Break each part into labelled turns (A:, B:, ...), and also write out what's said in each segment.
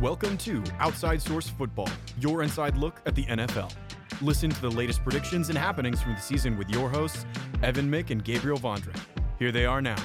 A: Welcome to Outside Source Football, your inside look at the NFL. Listen to the latest predictions and happenings from the season with your hosts, Evan Mick and Gabriel Vondra. Here they are now.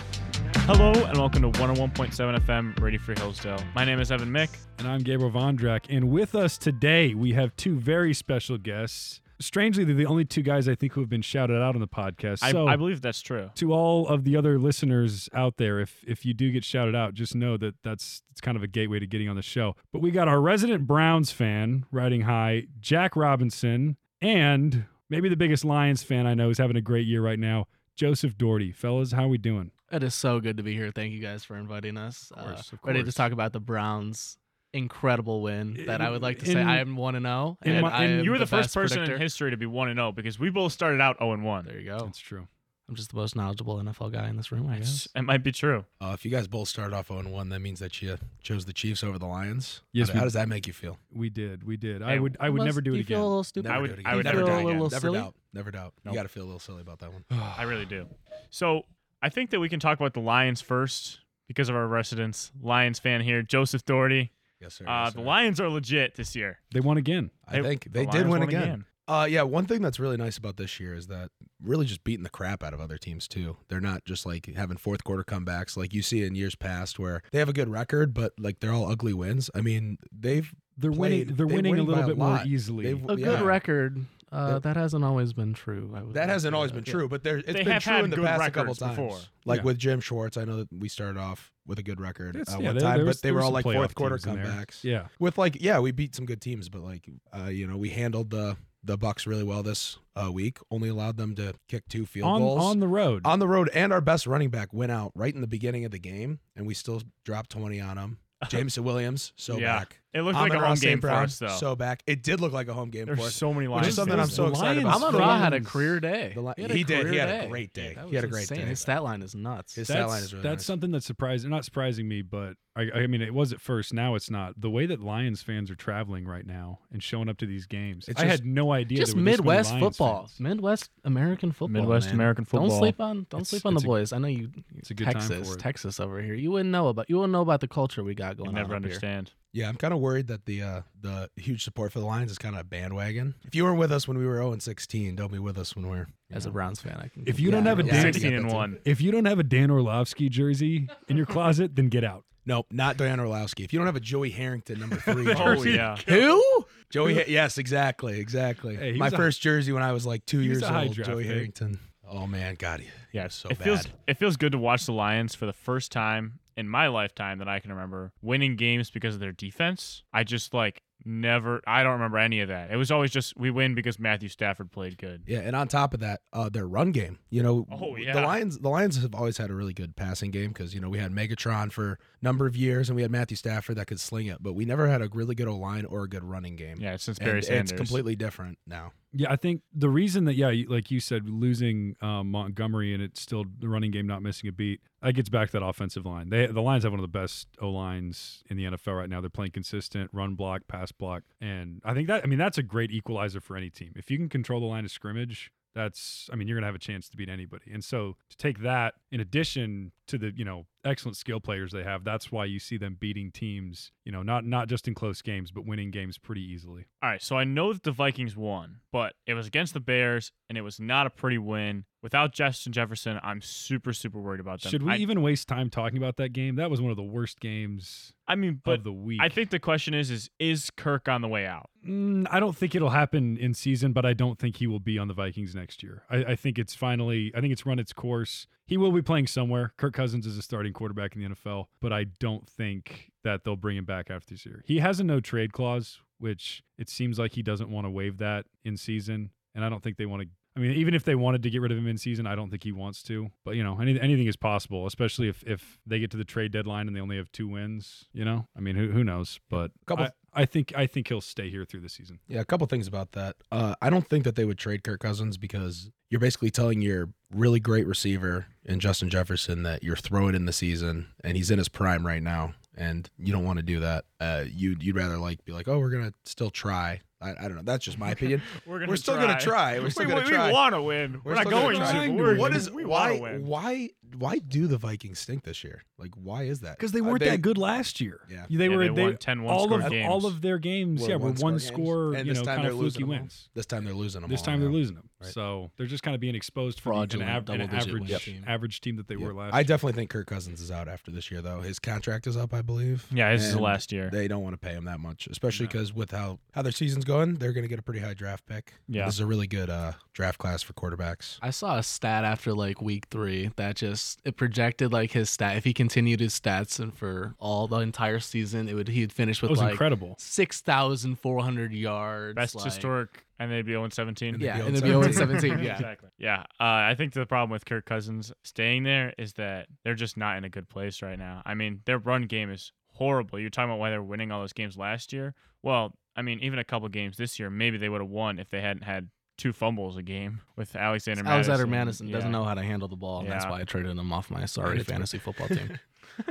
B: Hello and welcome to 101.7 FM Radio Free Hillsdale. My name is Evan Mick.
C: And I'm Gabriel Vondrak. And with us today, we have two very special guests. Strangely, they're the only two guys I think who have been shouted out on the podcast.
B: I,
C: so,
B: I believe that's true.
C: to all of the other listeners out there, if if you do get shouted out, just know that that's it's kind of a gateway to getting on the show. But we got our resident Browns fan riding high, Jack Robinson, and maybe the biggest Lions fan I know is having a great year right now, Joseph Doherty. Fellas, how we doing?
D: It is so good to be here. Thank you guys for inviting us. Uh,
C: Of course, of
D: Ready to
C: course.
D: talk about the Browns' incredible win that I would like to say
C: In-
D: I am one and zero.
C: in
D: And
C: my-
D: I
C: in-
D: am
B: You were the, first
D: best
B: person
D: predictor.
B: in history to be 1 and 0 because we both started out 0 and 1.
D: There you go.
C: That's true.
D: I'm just the most knowledgeable NFL guy in this room. I guess.
B: It might be true.
E: Uh, if you guys both started off 0 1, that means that you chose the Chiefs over the Lions.
C: Yes,
E: How,
C: we-
E: how does that make you feel?
C: We did. We did.
B: Hey,
C: I would I would never do it
D: you
C: again.
D: Feel a little stupid.
E: Never
B: would-
E: do it
B: I would
E: again.
B: never do
E: Never
B: it
E: doubt.
D: again.
E: Never
D: Silly?
E: doubt. Never doubt.
B: Nope. Uh,
E: You got to feel a little silly about that one.
B: I really do. So I think that we can talk about the Lions first because of our residence Lions fan here, Joseph Doherty.
E: Yes, sir.
B: Uh,
E: yes,
B: the
E: sir.
B: Lions are legit this year.
C: They won again.
E: I
B: they-
E: think
B: The
E: they did
B: Lions
E: win
B: won
E: again. Uh, yeah, one thing that's really nice about this year is that really just beating the crap out of other teams too. They're not just like having fourth quarter comebacks like you see in years past where they have a good record but like they're all ugly wins. I mean, they've
C: They're winning.
E: played-
C: They're
E: they
C: winning a
E: win by
C: little
E: a
C: bit more
E: lot.
C: easily.
E: They've-
D: A
E: Yeah.
D: good record. Uh,
E: Yeah.
D: that hasn't always been true. I would
E: That
D: like
E: hasn't
D: to-
E: always been
D: yeah.
E: true, but there it's
B: They
E: been
B: have
E: true
B: had
E: in the
B: good
E: past a couple
B: records
E: times.
B: before.
E: Like
C: Yeah.
E: with Jim Schwartz, I know that we started off with a good record
C: It's-
E: uh,
C: yeah,
E: one
C: there-
E: time,
C: there was-
E: but they
C: there
E: were
C: was
E: all
C: some
E: like
C: playoff
E: fourth quarter
C: teams in there.
E: comebacks.
C: Yeah.
E: With like, yeah, we beat some good teams, but like, uh, you know, we handled the the Bucks really well this uh, week. Only allowed them to kick two field
C: On
E: goals
C: on the road.
E: on the road, and our best running back went out right in the beginning of the game, and we still dropped twenty on him. Jameson Williams, so
B: Yeah.
E: back.
B: It looked like
E: Amon
B: a home
E: Ross St.
B: game for
E: Brown,
B: us, though.
E: so back. It did look like a home game for
B: There's
E: us.
B: so many
E: which
B: Lions.
E: is something I'm
B: fans
E: so
B: there.
E: excited
C: Lions
E: about.
D: Amon Ra had a career day.
E: The Li-
D: a
E: he did. He
D: career
E: had a great day.
D: That
E: He
D: was
E: had a great
D: insane.
E: day.
D: His stat line is nuts.
E: His- stat
C: that's
E: line is really
C: that's
E: nice.
C: something that's surprising. Not surprising me, but I, I mean, it was at first. Now it's not. The way that Lions fans are traveling right now and showing up to these games,
E: It's
C: I
E: just-
C: had no idea.
D: just
C: there were this many
D: Midwest
C: Lions
D: football,
C: fans.
D: Midwest American football,
B: Midwest
D: man.
B: American football.
D: Don't sleep on don't
C: It's-
D: sleep on the
C: it's a-
D: boys. I know you.
C: it's a good time
D: Texas,
C: for it.
D: Texas over here. You wouldn't know about you wouldn't know about the culture we got
B: You
D: going. on
B: never
D: up here.
B: understand.
E: Yeah, I'm kind of worried that the uh, the huge support for the Lions is kind of a bandwagon. If you weren't with us when we were 0 and 16, don't be with us when we're.
D: As a Browns fan, I can.
C: If you don't have a
E: Yeah, I
C: Dan,
E: get
B: 16 and
E: that, too.
B: 1.
C: if you don't have a Dan Orlovsky jersey in your closet, then get out.
E: Nope, not Diane Orlowski. If you don't have a Joey Harrington number three,
B: Oh,
E: jersey-
B: yeah.
E: who? Joey, Ha- yes, exactly, exactly.
C: Hey, he
E: My
C: was a-
E: first jersey when I was like two
C: he was
E: years
C: a high
E: old,
C: draft
E: Joey
C: pick.
E: Harrington. Oh man, God, he, he
B: Yeah,
E: was so
B: it
E: bad.
B: feels it feels good to watch the Lions for the first time in my lifetime that I can remember winning games because of their defense. I just like never I don't remember any of that. It was always just we win because Matthew Stafford played good.
E: Yeah, and on top of that, uh, their run game. You know,
B: Oh,
E: the
B: yeah.
E: Lions. The Lions have always had a really good passing game because you know we had Megatron for a number of years, and we had Matthew Stafford that could sling it, but we never had a really good O line or a good running game.
B: Yeah, since
E: And
B: Barry Sanders.
E: it's completely different now.
C: Yeah, I think the reason that yeah, you- like you said, losing um, Montgomery and it's still the running game not missing a beat. That gets back to that offensive line. They the Lions have one of the best O lines in the NFL right now. They're playing consistent run block, pass block, and I think that I mean that's a great equalizer for any team. If you can control the line of scrimmage, that's I mean you're gonna have a chance to beat anybody. And so to take that in addition to the you know excellent skill players they have, that's why you see them beating teams. You know not not just in close games, but winning games pretty easily.
B: All right, so I know that the Vikings won, but it was against the Bears and it was not a pretty win. Without Justin Jefferson, I'm super super worried about them.
C: Should we
B: I,
C: even waste time talking about that game? That was one of the worst games
B: I mean, but
C: of the week.
B: I think the question is is is Kirk on the way out?
C: Mm, I don't think it'll happen in season, but I don't think he will be on the Vikings next year. I, I think it's finally. I think it's run its course. He will be playing somewhere. Kirk Cousins is a starting quarterback in the NFL, but I don't think that they'll bring him back after this year. He has a no trade clause, which it seems like he doesn't want to waive that in season, and I don't think they want to. I mean, even if they wanted to get rid of him in season, I don't think he wants to. But you know, any, anything is possible, especially if if they get to the trade deadline and they only have two wins. You know, I mean, who who knows? But
E: Couple-
C: I, I think I think he'll stay here through the season.
E: Yeah, a couple things about that. Uh, I don't think that they would trade Kirk Cousins because you're basically telling your really great receiver and Justin Jefferson that you're throwing in the season, and he's in his prime right now, and you don't want to do that. Uh, you'd you'd rather like be like, oh, we're gonna still try. I, I don't know. That's just my opinion.
B: We're
E: we're still gonna try. We're still
B: we,
E: gonna try.
B: want to win. We're, not
E: still
B: going
E: gonna
B: to.
E: try.
B: We're,
E: what is
B: we
E: why?
B: want to win.
E: Why why do the Vikings stink this year? Like, why is that?
C: because they
E: Uh,
C: weren't that good last year.
E: Yeah.
C: they
B: Yeah,
C: were.
B: they
C: they-
B: won 10 one
C: all
B: score
C: of
B: games.
C: all of their games.
E: Were
C: yeah, were
E: one-score
C: one
E: games.
C: score.
E: And
C: you
E: this
C: know,
E: time
C: kind
E: they're
C: of
E: losing
C: fluky
E: them all.
C: wins.
E: This time they're losing them.
C: This
E: all,
C: time they're
E: yeah.
C: losing them.
E: Right.
C: So they're just kind of being exposed for an,
D: Fraudulent
C: av- an
D: double-digit
C: average
D: win
E: team.
C: average team that they
E: Yeah.
C: were last.
E: I
C: year.
E: definitely think Kirk Cousins is out after this year, though. His contract is up, I believe.
B: Yeah, this is the
E: And
B: last year.
E: They don't want to pay him that much, especially
B: No.
E: because with how how their season's going, they're going to get a pretty high draft pick.
B: Yeah.
E: this is a really good uh, draft class for quarterbacks.
D: I saw a stat after like week three that just it projected like his stat if he continued his stats and for all the entire season it would he'd finish
C: That
D: with
C: was
D: like
C: incredible.
D: six thousand four hundred yards.
B: Best
D: like,
B: historic, and they'd be 0 17.
E: And they'd
D: Yeah,
E: be
D: and
E: on
D: then be 0
E: 17.
D: 17. Yeah.
B: exactly. Yeah, uh, I think the problem with Kirk Cousins staying there is that they're just not in a good place right now. I mean, their run game is horrible. You're talking about why they're winning all those games last year. Well, I mean, even a couple games this year, maybe they would have won if they hadn't had two fumbles a game with Alexander.
D: Alexander
B: Madison
D: Madison doesn't
B: Yeah.
D: know how to handle the ball, and that's
B: Yeah.
D: why I traded him off my sorry
E: it's-
D: fantasy football team.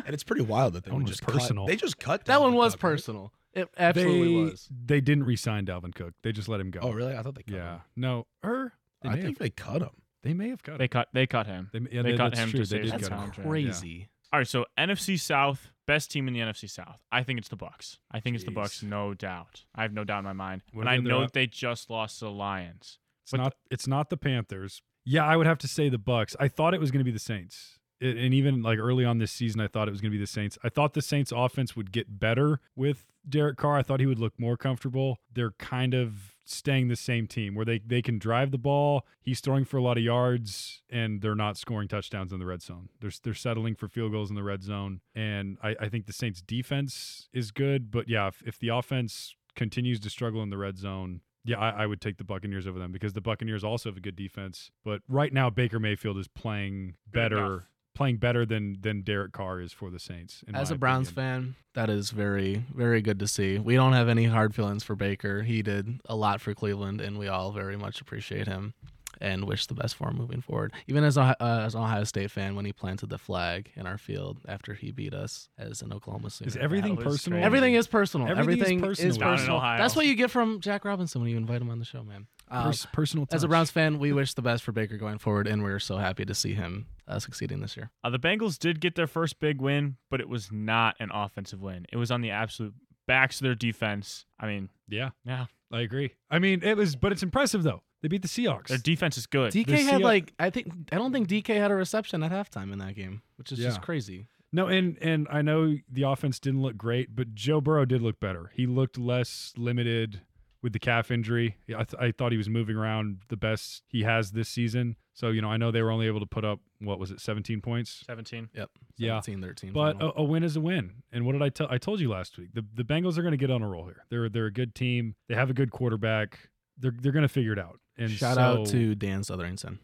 E: and it's pretty wild that they
C: That one
E: would
C: was
E: just
C: personal.
E: Cut, they just cut
D: that
E: Dalvin
D: one was
E: Cook, right?
D: personal. It absolutely
C: they,
D: was.
C: they didn't re-sign Dalvin Cook. They just let him go.
E: Oh, really? I thought they cut
C: Yeah.
E: him.
C: No. Er. They
E: I
C: may have,
E: think they cut him.
C: they may have cut
B: They
C: him.
B: cut. They cut him.
C: They, yeah,
B: they
C: that-
B: cut
C: that's
B: him to
C: true.
B: save
C: They
B: his
C: did
D: That's
C: cut him.
B: contract.
D: crazy.
B: All right, so NFC South, best team in the NFC South. I think it's the Bucks. I think it's the
E: Jeez.
B: Bucks, no doubt. I have no doubt in my mind.
C: What
B: and
C: are
B: I
C: the other
B: know
C: op-
B: that they just lost to the Lions.
C: It's
B: But
C: not. It's not the Panthers. Yeah, I would have to say the Bucks. I thought it was going to be the Saints, It- and even like early on this season, I thought it was going to be the Saints. I thought the Saints' offense would get better with Derek Carr. I thought he would look more comfortable. They're kind of staying the same team where they they can drive the ball. He's throwing for a lot of yards, and they're not scoring touchdowns in the red zone. They're they're settling for field goals in the red zone, and I, I think the Saints' defense is good, but yeah, if, if the offense continues to struggle in the red zone. Yeah, I, I would take the Buccaneers over them because the Buccaneers also have a good defense. But right now, Baker Mayfield is playing
B: Good
C: better,
B: enough.
C: playing better than than Derek Carr is for the Saints. in
D: As
C: my
D: a Browns
C: opinion.
D: fan, that is very, very good to see. We don't have any hard feelings for Baker. He did a lot for Cleveland, and we all very much appreciate him and wish the best for him moving forward. Even as, a, uh, as an Ohio State fan, when he planted the flag in our field after he beat us as an Oklahoma Sooner.
C: is everything
B: was
C: personal?
B: crazy.
D: Everything is personal.
C: Everything is
D: Everything, is
C: personal.
D: personal.
B: Down in Ohio.
D: That's what you get from Jack Robinson when you invite him on the show, man. Um,
C: Pers- personal.
D: as a
C: touch.
D: Browns fan, we wish the best for Baker going forward, and we're so happy to see him uh, succeeding this year.
B: Uh, the Bengals did get their first big win, but it was not an offensive win. It was on the absolute backs of their defense. I mean,
C: yeah,
B: yeah,
C: I agree. I mean, it was, but it's impressive though. They beat the Seahawks.
B: their defense is good.
D: DK
C: The
D: had
C: Seah-
D: like I think I don't think DK had a reception at halftime in that game, which is
C: Yeah.
D: just crazy.
C: no, and and I know the offense didn't look great, but Joe Burrow did look better. He looked less limited with the calf injury. I, th- I thought he was moving around the best he has this season. So you know, I know they were only able to put up what was it, 17 points?
B: 17.
D: Yep.
C: Yeah.
D: 17, 13
C: But oh,
D: final.
C: a, a win is a win. And what did I tell? I told you last week. The the Bengals are going to get on a roll here. They're they're a good team. They have a good quarterback. They're they're going to figure it out. And
D: shout
C: so-
D: out to Dan Southerington.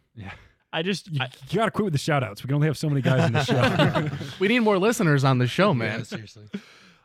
B: I just,
C: you,
B: I,
C: got to quit with the shout outs. We can only have so many guys in the show.
D: We need more listeners on the show,
E: Yeah,
D: Oh, man.
E: seriously.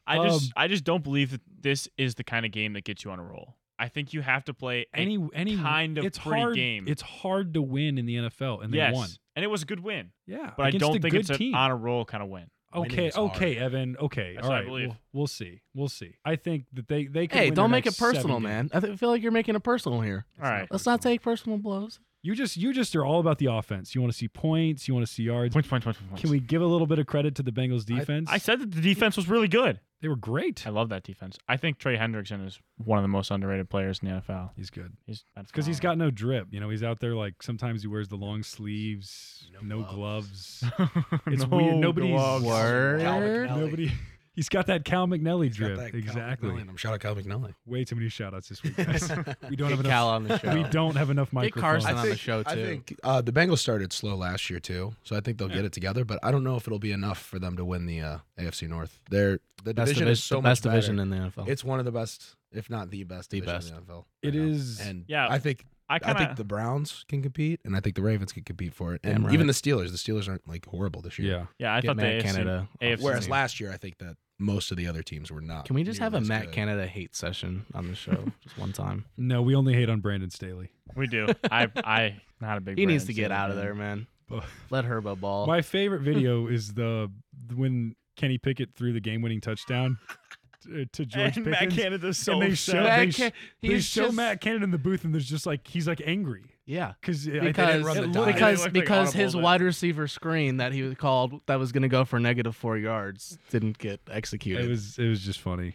B: I just,
C: Um,
B: I just don't believe that this is the kind of game that gets you on a roll. I think you have to play a-
C: any any
B: kind of
C: it's
B: pretty
C: hard,
B: game.
C: It's hard to win in the NFL, and they
B: yes,
C: won.
B: and it was a good win,
C: Yeah,
B: but I
C: against a
B: don't think
C: good
B: it's an
C: team.
B: on a roll kind of win.
E: Winning
C: Okay,
E: is hard.
C: okay, Evan. Okay,
B: That's
C: all
B: what I
C: right.
B: believe.
C: We'll, we'll see. We'll see. I think that they they could
D: Hey,
C: win
D: don't
C: their
D: make it
C: next
D: personal,
C: seven games.
D: man. I th- feel like you're making it personal here.
B: All right.
D: Let's not take personal blows.
C: You just you just are all about the offense. You want to see points. You want to see yards.
B: Points, points, points, points.
C: Can we give a little bit of credit to the Bengals
E: I-
C: defense?
B: I said that the defense was really good.
C: they were great.
B: I love that defense. I think Trey Hendrickson is one of the most underrated players in the NFL.
C: He's good
B: He's
C: because
B: Uh,
C: he's got no drip. You know, he's out there like sometimes he wears the long sleeves, no,
E: No
C: gloves.
B: it's
C: it's weird. Nobody's-
D: Word.
C: Nobody. He's got that Cal McNally
E: He's got
C: drip.
E: that Cal
C: exactly.
E: McNally in him. Shout out Cal McNally.
C: Way too many shout outs this week. Guys. we don't
D: Get
C: have enough.
D: Cal on the show.
C: We don't have enough
D: Get
C: microphones.
D: Carson on the show,
E: I
D: too.
E: think uh, the Bengals started slow last year too, so I think they'll get it together. But I don't know if it'll be enough for them to win the uh, AFC North. They're the
D: Best
E: division
D: divi-
E: is so
D: the
E: much
D: best division
E: better.
D: in the NFL.
E: It's one of the best, if not the best,
D: The
E: division in the NFL.
C: It
E: right now.
C: is-
E: and
B: Yeah,
E: I think
B: I
E: I
B: kind
E: think
B: of
E: the Browns can compete, and I think the Ravens can compete for it,
D: Damn
E: and
D: right.
E: even the Steelers. The Steelers aren't like horrible this year.
C: Yeah.
B: yeah. I
D: Get
B: thought the
D: Matt
B: AFC,
D: Canada.
B: AFC
E: Whereas
D: Yeah.
E: last year, I think that most of the other teams were not.
D: Can we just have a
E: nearly as
D: Matt
E: good.
D: Canada hate session on the show just one time?
C: No, we only hate on Brandon Staley.
B: we do. I I not a big.
D: He needs
B: Brandon
D: to get
B: Staley
D: out of
B: fan.
D: there, man.
C: But-
D: Let Herbo ball.
C: My favorite video is the when Kenny Pickett threw the game-winning touchdown to, to George
B: And Matt
C: Pickens.
B: Canada's so
C: and they
B: upset.
C: show,
D: Matt
C: they,
D: Ca-
C: sh- they
D: he's
C: show
D: just-
C: Matt Canada in the booth, and there's just like he's like angry.
D: Yeah.
C: Because I didn't
D: Because
C: run the
B: it
C: dot.
B: looked-
D: because
B: like
D: because
B: audible
D: his
B: that-
D: wide receiver screen that he was called that was going to go for negative four yards didn't get executed.
C: It was it was just funny.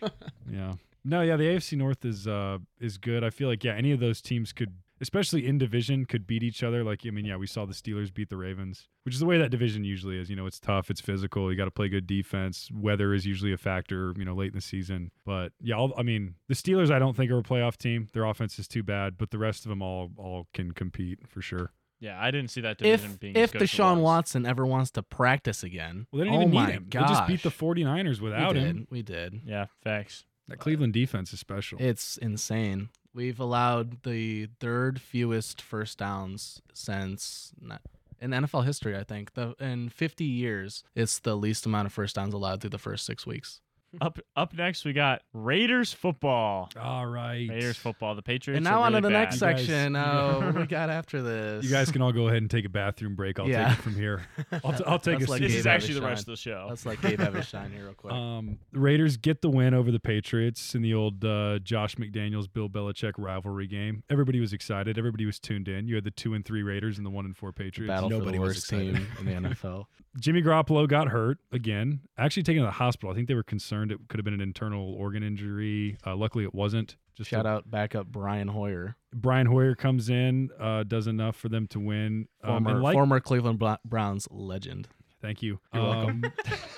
C: yeah. No, yeah, the AFC North is uh is good. I feel like yeah, any of those teams could especially in division could beat each other. Like I mean, yeah, we saw the Steelers beat the Ravens, which is the way that division usually is. You know, it's tough, it's physical, you got to play good defense. Weather is usually a factor, you know, late in the season. But yeah, all, I mean, the Steelers I don't think are a playoff team. Their offense is too bad, but the rest of them all all can compete for sure.
B: Yeah, I didn't see that
D: if
B: division being as
D: if
B: good as it
D: Deshaun
B: was.
D: Watson ever wants to practice again,
C: Well, they
D: oh
C: didn't even
D: my
C: need him. They just beat the
D: gosh.
C: 49ers without
D: we did.
C: him.
D: We did.
B: Yeah, facts.
C: That Cleveland defense is special.
D: It's insane. We've allowed the third fewest first downs since not, in NFL history, I think. The in 50 years, it's the least amount of first downs allowed through the first 6 weeks.
B: Up up next we got Raiders football.
C: all right.
B: Raiders football. The Patriots.
D: and
B: are
D: now on to
B: really
D: the
B: bad.
D: next
C: You guys-
D: section. oh, we got after this.
C: You guys can all go ahead and take a bathroom break. I'll
D: Yeah.
C: take it from here. I'll, t- I'll take
D: That's
C: a
D: like
C: seat.
B: This
D: Gabe
B: is actually the
D: Avishai.
B: rest of the show.
D: Let's let Gabe Evershine here real quick.
C: Um, the Raiders get the win over the Patriots in the old uh, Josh McDaniels Bill Belichick rivalry game. Everybody was excited. Everybody was tuned in. You had the two and three Raiders and the one and four Patriots.
D: Battle for
E: nobody
D: the
E: was
D: worst
E: excited.
D: team in the NFL.
C: Jimmy Garoppolo got hurt again. Actually taken to the hospital. I think they were concerned it could have been an internal organ injury. Uh, luckily, it wasn't. Just
D: Shout out backup Brian Hoyer,
C: Brian Hoyer comes in, uh, does enough for them to win. Um,
D: former
C: and like-
D: former Cleveland Bla- Browns legend.
C: Thank you.
D: You're welcome.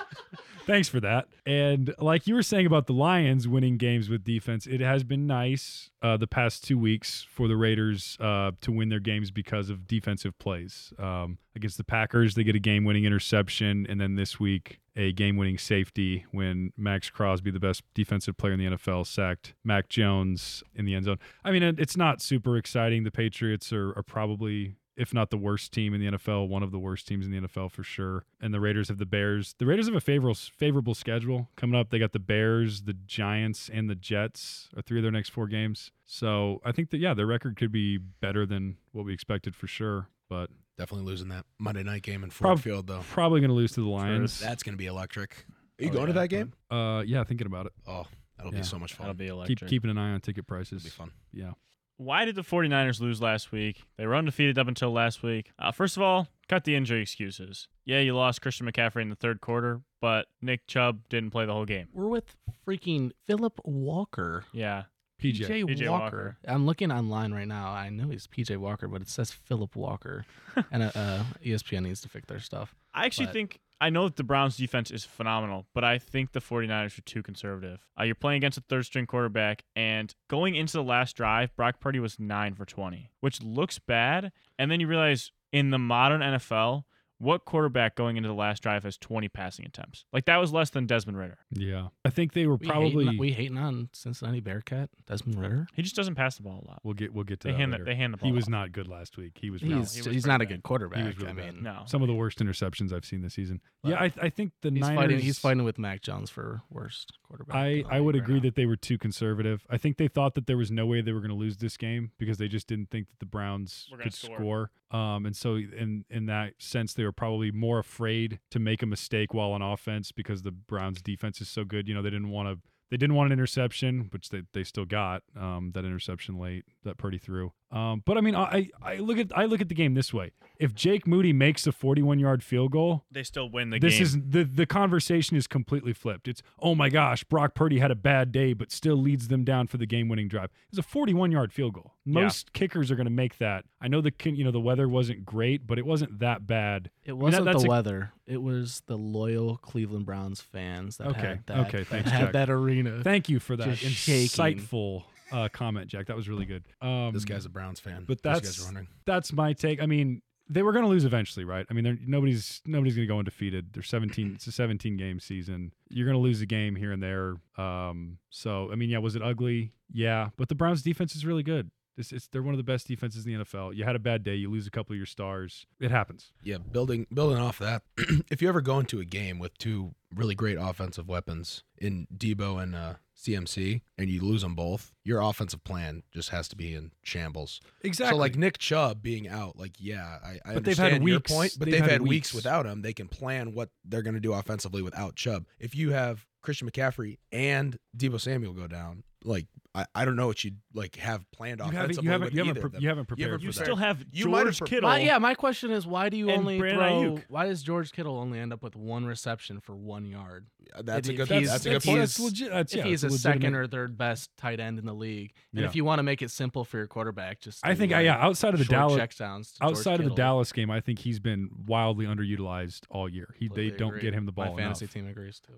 C: thanks for that. And like you were saying about the Lions winning games with defense, it has been nice uh, the past two weeks for the Raiders uh, to win their games because of defensive plays. Um, against the Packers, they get a game winning interception. And then this week, a game winning safety when Max Crosby, the best defensive player in the NFL, sacked Mac Jones in the end zone. I mean, it- it's not super exciting. The Patriots are, are probably, if not the worst team in the NFL, one of the worst teams in the NFL for sure. And the Raiders have the Bears. The Raiders have a favorable favorable schedule coming up. They got the Bears, the Giants, and the Jets are three of their next four games. So I think that yeah, their record could be better than what we expected for sure. But
E: Definitely losing that Monday night game in Ford
C: Prob-
E: Field though.
C: probably going to lose to the Lions.
E: That's gonna be electric. Are you
B: Oh,
E: going to
B: yeah.
E: that game?
C: Uh, yeah, thinking about it.
E: Oh, that'll
C: Yeah.
E: be so much
B: That'll
E: fun.
B: be electric.
C: Keep keeping an eye on ticket
E: It'll be
C: prices.
E: fun.
C: Yeah.
B: Why did the 49ers lose last week? They were undefeated up until last week. Uh, first of all, cut the injury excuses. Yeah, you lost Christian McCaffrey in the third quarter, but Nick Chubb didn't play the whole game.
D: We're with freaking Philip Walker.
B: Yeah.
C: PJ.
B: PJ
D: Walker.
B: Walker.
D: I'm looking online right now. I know he's PJ Walker, but it says Philip Walker, and uh, uh, ESPN needs to fix their stuff.
B: I actually
D: But-
B: think I know that the Browns defense is phenomenal, but I think the 49ers are too conservative. Uh, you're playing against a third string quarterback, and going into the last drive, Brock Purdy was 9 for 20, which looks bad. And then you realize in the modern NFL, what quarterback going into the last drive has 20 passing attempts? Like that was less than Desmond Ritter.
C: Yeah. I think they were
D: We
C: probably.
D: hating, we hating on Cincinnati Bearcat Desmond Ritter.
B: He just doesn't pass the ball a lot.
C: we'll get we'll get to
B: They
C: that
B: hand, the,
C: later.
B: they hand the ball.
C: he was
B: off.
C: not good last week. He was
D: He's
C: really-
B: he was
D: he's
B: pretty
D: not a
B: bad.
D: good quarterback.
C: really
D: I
C: bad.
D: mean,
B: No.
C: some of the worst interceptions I've seen this season. yeah, I, I think the
D: he's
C: Niners.
D: fighting. He's fighting with Mac Jones for worst quarterback.
C: I,
D: in the
C: I would
D: league right
C: agree
D: now.
C: that they were too conservative. I think they thought that there was no way they were going to lose this game because they just didn't think that the Browns
B: We're gonna
C: could
B: score.
C: score. Um, and so in in that sense, they were probably more afraid to make a mistake while on offense because the Browns defense is so good. You know, they didn't want to. They didn't want an interception, which they, they still got um, that interception late that Purdy threw. Um, but I mean, I, I look at I look at the game this way: if Jake Moody makes a 41 yard field goal,
B: They still win the
C: this
B: game.
C: is the the conversation is completely flipped. It's oh my gosh, Brock Purdy had a bad day, but still leads them down for the game winning drive. It's a 41 yard field goal.
B: Yeah.
C: Most kickers are going to make that. I know the kin- you know the weather wasn't great, but it wasn't that bad.
D: It wasn't
C: that's a-
D: the weather. It was the loyal Cleveland Browns fans that
C: Okay,
D: had that,
C: okay,
D: that
C: thanks,
D: had
C: Jack.
D: that arena.
C: Thank you for that
D: Just shaking.
C: insightful uh, comment, Jack. That was really good. Um,
E: This guy's a Browns fan.
C: but
E: in case you
C: that's-
E: guys are wondering.
C: that's my take. I mean, they were going to lose eventually, right? I mean, they're, nobody's nobody's going to go undefeated. They're 17. it's a 17 game season. You're going to lose a game here and there. Um, so I mean, yeah, was it ugly? Yeah, but the Browns' defense is really good. It's, it's they're one of the best defenses in the NFL. You had a bad day, you lose a couple of your stars. It happens.
E: Yeah, building building off that. if you ever go into a game with two really great offensive weapons in Debo and uh, CMC, and you lose them both, your offensive plan just has to be in shambles.
C: Exactly.
E: So like Nick Chubb being out, like yeah, I, I
C: But
E: understand
C: they've had
E: your
C: weeks.
E: point, but
C: They've
E: they've,
C: had
E: had, weeks.
C: weeks.
E: without him. They can plan what they're going to do offensively without Chubb. If you have Christian McCaffrey and Debo Samuel go down, like I, I don't know what you'd like have planned
C: You haven't,
E: offensively
C: you haven't,
E: with
C: you
E: either
C: haven't, pre-
E: of them.
C: you haven't
E: You
C: prepared
E: haven't
B: You
C: for
E: prepared.
B: still
C: that.
B: have
E: You might have
B: George
E: pre-
B: Kittle.
D: My, yeah, my question is why do you
B: And
D: only
B: Brandon
D: throw?
B: Ayuk.
D: Why does George Kittle only end up with one reception for one yard?
E: That's a
D: If
E: good.
D: he's-
E: That's a
D: if
E: good
D: he
E: point.
D: is-
C: That's legit. That's,
D: if
C: yeah,
D: he's a
C: that's
D: second
C: legitimate.
D: or third best tight end in the league, and
C: Yeah.
D: if you want to make it simple for your quarterback, just
C: I
D: do,
C: think, I-
D: like,
C: yeah, outside of the
D: short
C: Dallas,
D: checkdowns to George
C: outside of the
D: Kittle.
C: Dallas game, I think he's been wildly underutilized all year. He they
D: Completely
C: don't
D: agree.
C: get him the ball.
D: My fantasy
C: enough.
D: team agrees too.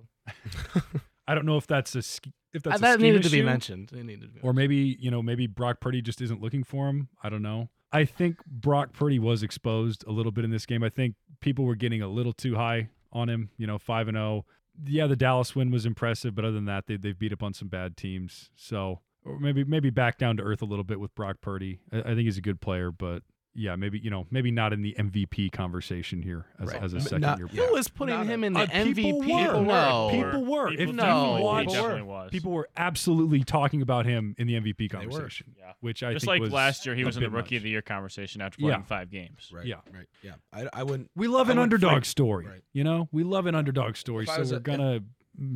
C: I don't know if that's a sch- if that's a
D: Uh, that
C: scheme
D: needed to be
C: issue,
D: mentioned. It needed to be.
C: or maybe you know maybe Brock Purdy just isn't looking for him. I don't know. I think Brock Purdy was exposed a little bit in this game. I think people were getting a little too high on him. You know, five and zero. Yeah, the Dallas win was impressive, but other than that, they they've beat up on some bad teams. So or maybe maybe back down to earth a little bit with Brock Purdy. I, I think he's a good player, but yeah, maybe you know maybe not in the MVP conversation here as,
D: Right.
C: as a
E: Not-
C: second year.
E: yeah.
D: Who is putting
E: Not
D: him
E: a-
D: in the
C: Uh,
D: MVP?
C: People were.
D: No.
C: People were. If
B: People
C: you
B: definitely- he
D: watch-
B: definitely was.
C: People were absolutely talking about him in the MVP conversation,
B: Yeah.
C: which I
B: Just
C: think
B: like
C: was
B: last year, he
C: a
B: was in the
C: bit
B: rookie
C: much.
B: of the year conversation after
C: Yeah.
B: playing five games.
E: Right.
C: Yeah.
E: Right. Yeah. I, I wouldn't.
C: We love
E: I
C: an
E: wouldn't
C: underdog
E: freak-
C: story.
E: Right.
C: You know, we love an underdog story,
E: If I
C: so
E: was
C: we're
E: a-
C: gonna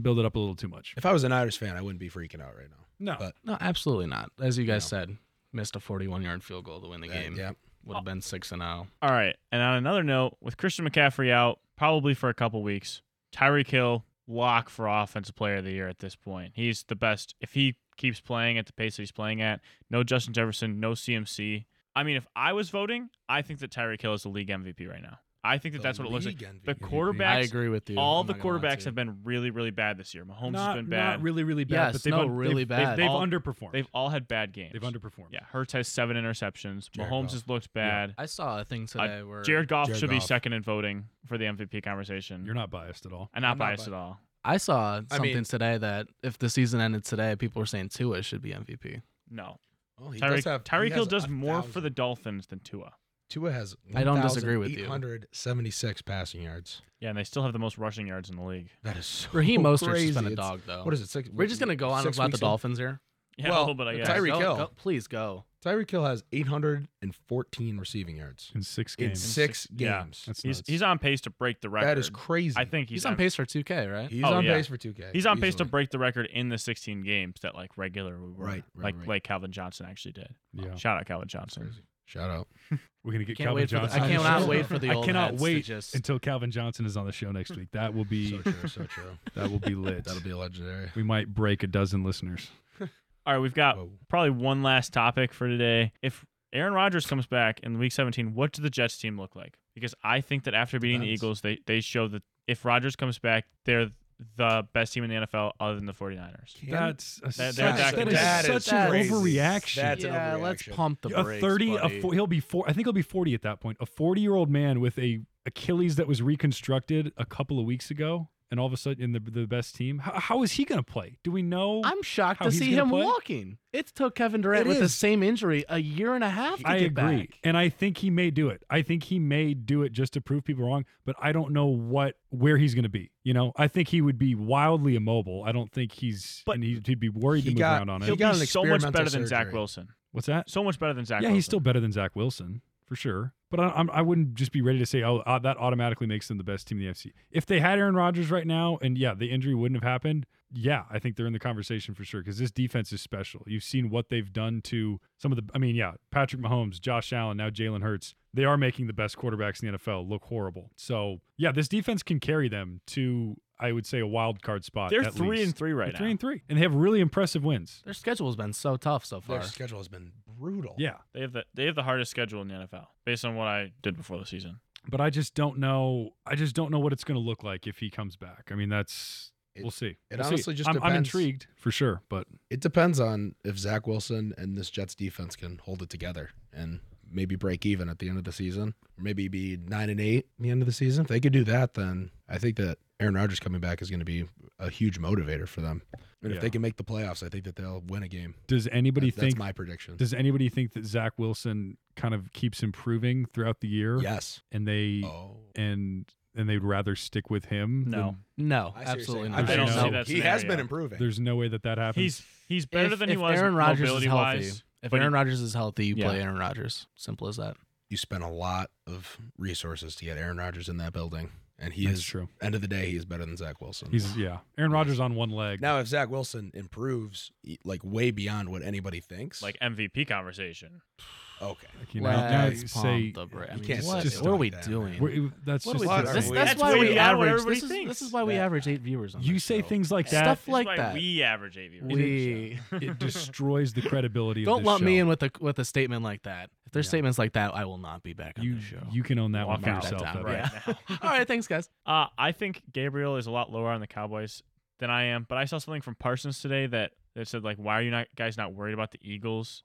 C: build it up a little too much.
E: If I was an Irish fan, I wouldn't be freaking out right now.
C: No,
E: but-
D: No, absolutely not. As you guys
E: No.
D: said, missed a 41-yard field goal to win the
E: Yeah,
D: game.
E: uh, Yeah.
D: Would have been six and oh. zero.
B: All right. And on another note, with Christian McCaffrey out probably for a couple weeks, Tyreek Hill lock for offensive player of the year at this point. He's the best if he keeps playing at the pace that he's playing at. No Justin Jefferson, no CMC. I mean, if I was voting, I think that Tyreek Hill is the league MVP right now. I think that that's what it looks like. The quarterback-
D: I
B: Backs-
D: agree with you.
B: All
D: I'm
B: the
D: not gonna lie to
B: quarterbacks
D: you.
B: have been really, really bad this year. Mahomes
C: not,
B: has been bad.
C: not really, really bad.
D: Yes,
C: but they've
D: no,
C: un- they've-
D: really
C: they've-
D: bad.
C: They've,
B: All-
C: underperformed.
B: They've all had bad games.
C: They've underperformed.
B: Yeah, Hertz has seven interceptions.
E: Jared
B: Mahomes
E: Goff.
B: has looked bad.
D: I saw a thing today where
B: Jared Goff
E: Jared
B: should be
E: Goff.
B: second in voting for the MVP conversation.
C: You're not biased at all.
B: I'm not
E: I'm not
B: biased
E: bi-
B: at all.
D: I saw something
E: mean-
D: today that if the season ended today, people were saying Tua should be MVP.
B: No.
E: Oh, he does
B: Tyreek
E: have-
B: Tyreek
E: he
B: Hill
E: has
B: does
E: a
B: more for
E: thousand-
B: the Dolphins than Tua.
E: Tua has.
D: I don't disagree with you.
E: 176 passing yards.
B: Yeah, and they still have the most rushing yards in the league.
E: That is so
D: Raheem Mostert's
E: crazy.
D: just been a
E: It's-
D: dog though.
E: What is it? Six,
D: We're just gonna go on
E: six
D: about the
E: weeks in?
D: Dolphins here.
B: Yeah,
E: Well,
B: a little bit, I
E: the
B: guess.
E: Tyreek
D: Go-
E: Hill.
D: go- please go.
E: Tyreek Hill has 814 receiving yards
C: In six
E: in
C: games,
E: six
B: yeah.
E: games.
C: That's
B: he's
C: nuts.
B: he's on pace to break the record.
E: that is crazy.
B: I think he's,
D: He's, on
B: on-
D: pace for 2K, right?
E: he's
B: Oh,
E: on
B: yeah.
E: pace for 2K.
B: He's on pace to
E: easily.
B: break the record in the 16 games that like regular we were,
E: Right, right,
B: like
E: right.
B: like Calvin Johnson actually did.
C: yeah.
B: Shout out Calvin Johnson.
E: Crazy. Shout out.
C: We're gonna get
D: Can't
C: Calvin
D: wait for the-
C: Johnson.
D: I
C: on the
D: cannot
C: show.
D: wait for the
C: I
D: old
C: cannot
D: heads to
C: wait
D: just-
C: until Calvin Johnson is on the show next week. That will be
E: So true. So true.
C: that will be lit.
E: That'll be legendary.
C: we might break a dozen listeners.
B: All right, we've got
E: Whoa.
B: probably one last topic for today. If Aaron Rodgers comes back in week 17, what does the Jets team look like? Because I think that after beating
E: Depends.
B: the Eagles, they, they show that if Rodgers comes back, they're the best team in the NFL other than the 49ers.
E: Can-
C: That's a,
B: That-
C: such,
B: that-
C: that is
B: that
E: is
C: such an
D: crazy.
C: overreaction.
E: That's an
D: yeah, let's
E: overreaction.
D: pump the
C: a
D: brakes.
C: 30
D: buddy.
C: a four, he'll be four i think he'll be 40 at that point a 40 year old man with a achilles that was reconstructed a couple of weeks ago and all of a sudden in the, the best team how, how is he going to play do we know
D: I'm shocked
C: How
D: to
C: he's
D: see
C: gonna
D: him
C: play?
D: walking. It took Kevin Durant
E: It
D: with the
E: is.
D: same injury a year and a half to
C: I
D: get
C: agree
D: back.
C: and i think he may do it i think he may do it just to prove people wrong but i don't know what where he's going to be you know i think he would be wildly immobile i don't think he's
B: But
C: and he'd, he'd be worried
E: he
C: to move
E: got-
C: around on
E: he
B: He'll
C: it
E: got
B: be
E: an
B: so much
E: experimental
B: better than Zach
E: surgery.
B: Wilson.
C: what's that
B: So much better than Zach
C: yeah,
B: Wilson.
C: he's still better than Zach Wilson for sure. But I, I'm, I wouldn't just be ready to say, oh, uh, that automatically makes them the best team in the FC. If they had Aaron Rodgers right now, and yeah, the injury wouldn't have happened. Yeah, I think they're in the conversation for sure because this defense is special. You've seen what they've done to some of the. I mean, yeah, Patrick Mahomes, Josh Allen, now Jalen Hurts. They are making the best quarterbacks in the NFL look horrible. So yeah, this defense can carry them to, I would say, a wild card spot.
B: They're
C: at
B: three
C: least.
B: and three
C: They're
B: right now.
C: three and three, and they have really impressive wins.
D: Their schedule's been so tough so far.
E: Their schedule has been brutal.
C: Yeah.
B: They have the they have the hardest schedule in the NFL based on what I did before the season.
C: but I just don't know. I just don't know what it's going to look like if he comes back. I mean, that's
E: It-
C: we'll see.
E: it
C: We'll see.
E: honestly just
C: I'm, I'm
E: depends.
C: intrigued for sure, but
E: It depends on if Zach Wilson and this Jets defense can hold it together and maybe break even at the end of the season, or maybe be nine and eight at the end of the season. If they could do that, then I think that Aaron Rodgers coming back is going to be a huge motivator for them. And
C: Yeah.
E: if they can make the playoffs, I think that they'll win a game.
C: does anybody
E: That-
C: think?
E: that's my prediction?
C: does anybody think that Zach Wilson kind of keeps improving throughout the year?
E: Yes.
C: and they
E: Oh.
C: and and they'd rather stick with him.
B: No.
D: no,
E: I see what you're
D: absolutely
E: saying.
D: not.
C: I don't
D: No.
C: see
B: that
E: He has been
B: scenario.
C: than-
E: improving.
C: there's no way that that happens.
B: He's he's better
D: If-
B: than he
D: if
B: was
D: Aaron Rodgers is
B: mobility
D: healthy,
B: wise.
D: if
B: but he-
D: Aaron Rodgers is healthy, you
B: Yeah.
D: play Aaron Rodgers. Simple as that.
E: you spent a lot of resources to get Aaron Rodgers in that building. and he
C: That's
E: is
C: true.
E: end of the day he is better than Zach Wilson.
C: He's yeah. Aaron Rodgers on one leg.
E: now if Zach Wilson improves e- like way beyond what anybody thinks,
B: Like MVP conversation.
E: okay,
C: you know,
D: Let's
C: now
E: Well,
C: you
D: palm
C: say
D: the bra- I
E: you
D: mean,
E: can't
D: what,
E: just
D: what are
E: like
D: we
E: that,
D: doing?
E: man.
C: we're- that's
D: What
C: just
E: are
C: the
E: we doing?
D: This,
E: we-
D: that's
B: that's
D: why
B: way
D: we
B: beyond what
D: average.
B: everybody
D: This is,
B: thinks.
D: this is why we
E: Yeah.
D: average eight viewers on
C: You
D: this
C: say
D: show.
C: things like that.
D: stuff
B: That's
D: like
B: why
D: that.
B: We average AV. ratings.
D: we
C: it destroys the credibility. of
D: don't
C: this
D: lump me
C: show.
D: in with a with a statement like that. If there's
C: Yeah.
D: statements like that, I will not be back on
C: You
D: the show.
C: you can own that
B: Walk
C: one by
B: out.
C: yourself.
D: That down,
C: Devin.
D: right.
B: right now.
D: All right, thanks guys.
B: Uh, I think Gabriel is a lot lower on the Cowboys than I am, but I saw something from Parsons today that, that said, like, why are you not guys not worried about the Eagles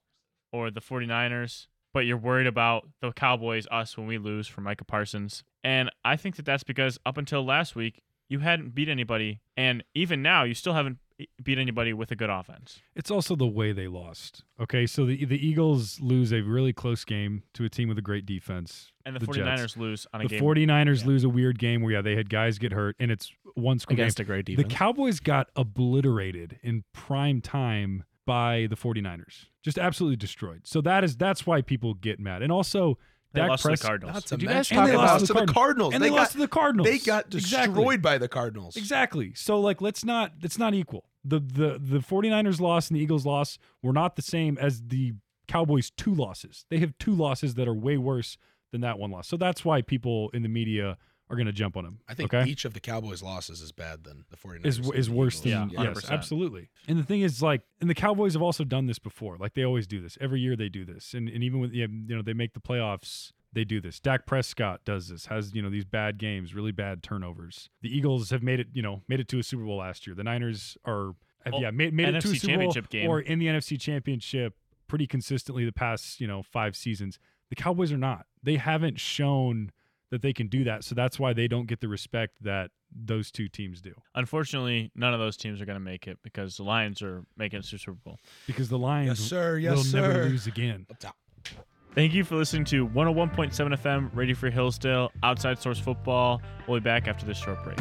B: or the 49ers, but you're worried about the Cowboys, us, when we lose for Micah Parsons? And I think that that's because up until last week, you hadn't beat anybody, and even now, you still haven't beat anybody with a good offense.
C: It's also the way they lost. Okay, so the the Eagles lose a really close game to a team with a great defense.
B: And the,
C: The Jets.
B: 49ers lose on a
C: the
B: game.
C: 49ers
B: yeah.
C: lose a weird game where yeah, they had guys get hurt and it's one score game.
D: Against a great
C: The
D: defense.
C: Cowboys got obliterated in prime time by the 49ers. Just absolutely destroyed. So that is that's why people get mad. And also
B: they
C: Dak
B: lost to
C: Pres-
B: the Cardinals.
E: Not to
D: Did you guys
E: mention,
D: talk
E: and they
D: about-
E: lost to the Cardinals.
C: And
E: they,
C: they,
E: got,
C: lost to the Cardinals.
E: they got destroyed
C: Exactly.
E: by the Cardinals.
C: Exactly. So like let's not it's not equal. The the the 49ers loss and the Eagles loss were not the same as the Cowboys two losses. They have two losses that are way worse than that one loss. So that's why people in the media are going to jump on him.
E: I think
C: okay?
E: each of the Cowboys' losses is bad than the 49ers.
C: is
E: and
C: is
E: the
C: worse
E: Eagles.
B: Yeah,
C: than yes,
B: 100%.
C: absolutely. And the thing is, like, and the Cowboys have also done this before. Like they always do this every year. They do this, and and even with yeah, you know they make the playoffs. They do this. Dak Prescott does this. Has you know these bad games, really bad turnovers. The Eagles have made it. You know, made it to a Super Bowl last year. The Niners are have,
B: Well,
C: yeah made, made it to a
B: NFC
C: Super Bowl
B: Championship game.
C: or in the NFC Championship pretty consistently the past you know five seasons. The Cowboys are not. They haven't shown that they can do that. So that's why they don't get the respect that those two teams do.
B: Unfortunately, none of those teams are going to make it because the Lions are making it to the Super Bowl.
C: because the Lions
E: Yes, sir.
C: will
E: Yes, sir.
C: never lose again.
E: Up top.
B: Thank you for listening to 101.7 FM, Radio Free Hillsdale, Outside Source Football. We'll be back after this short break.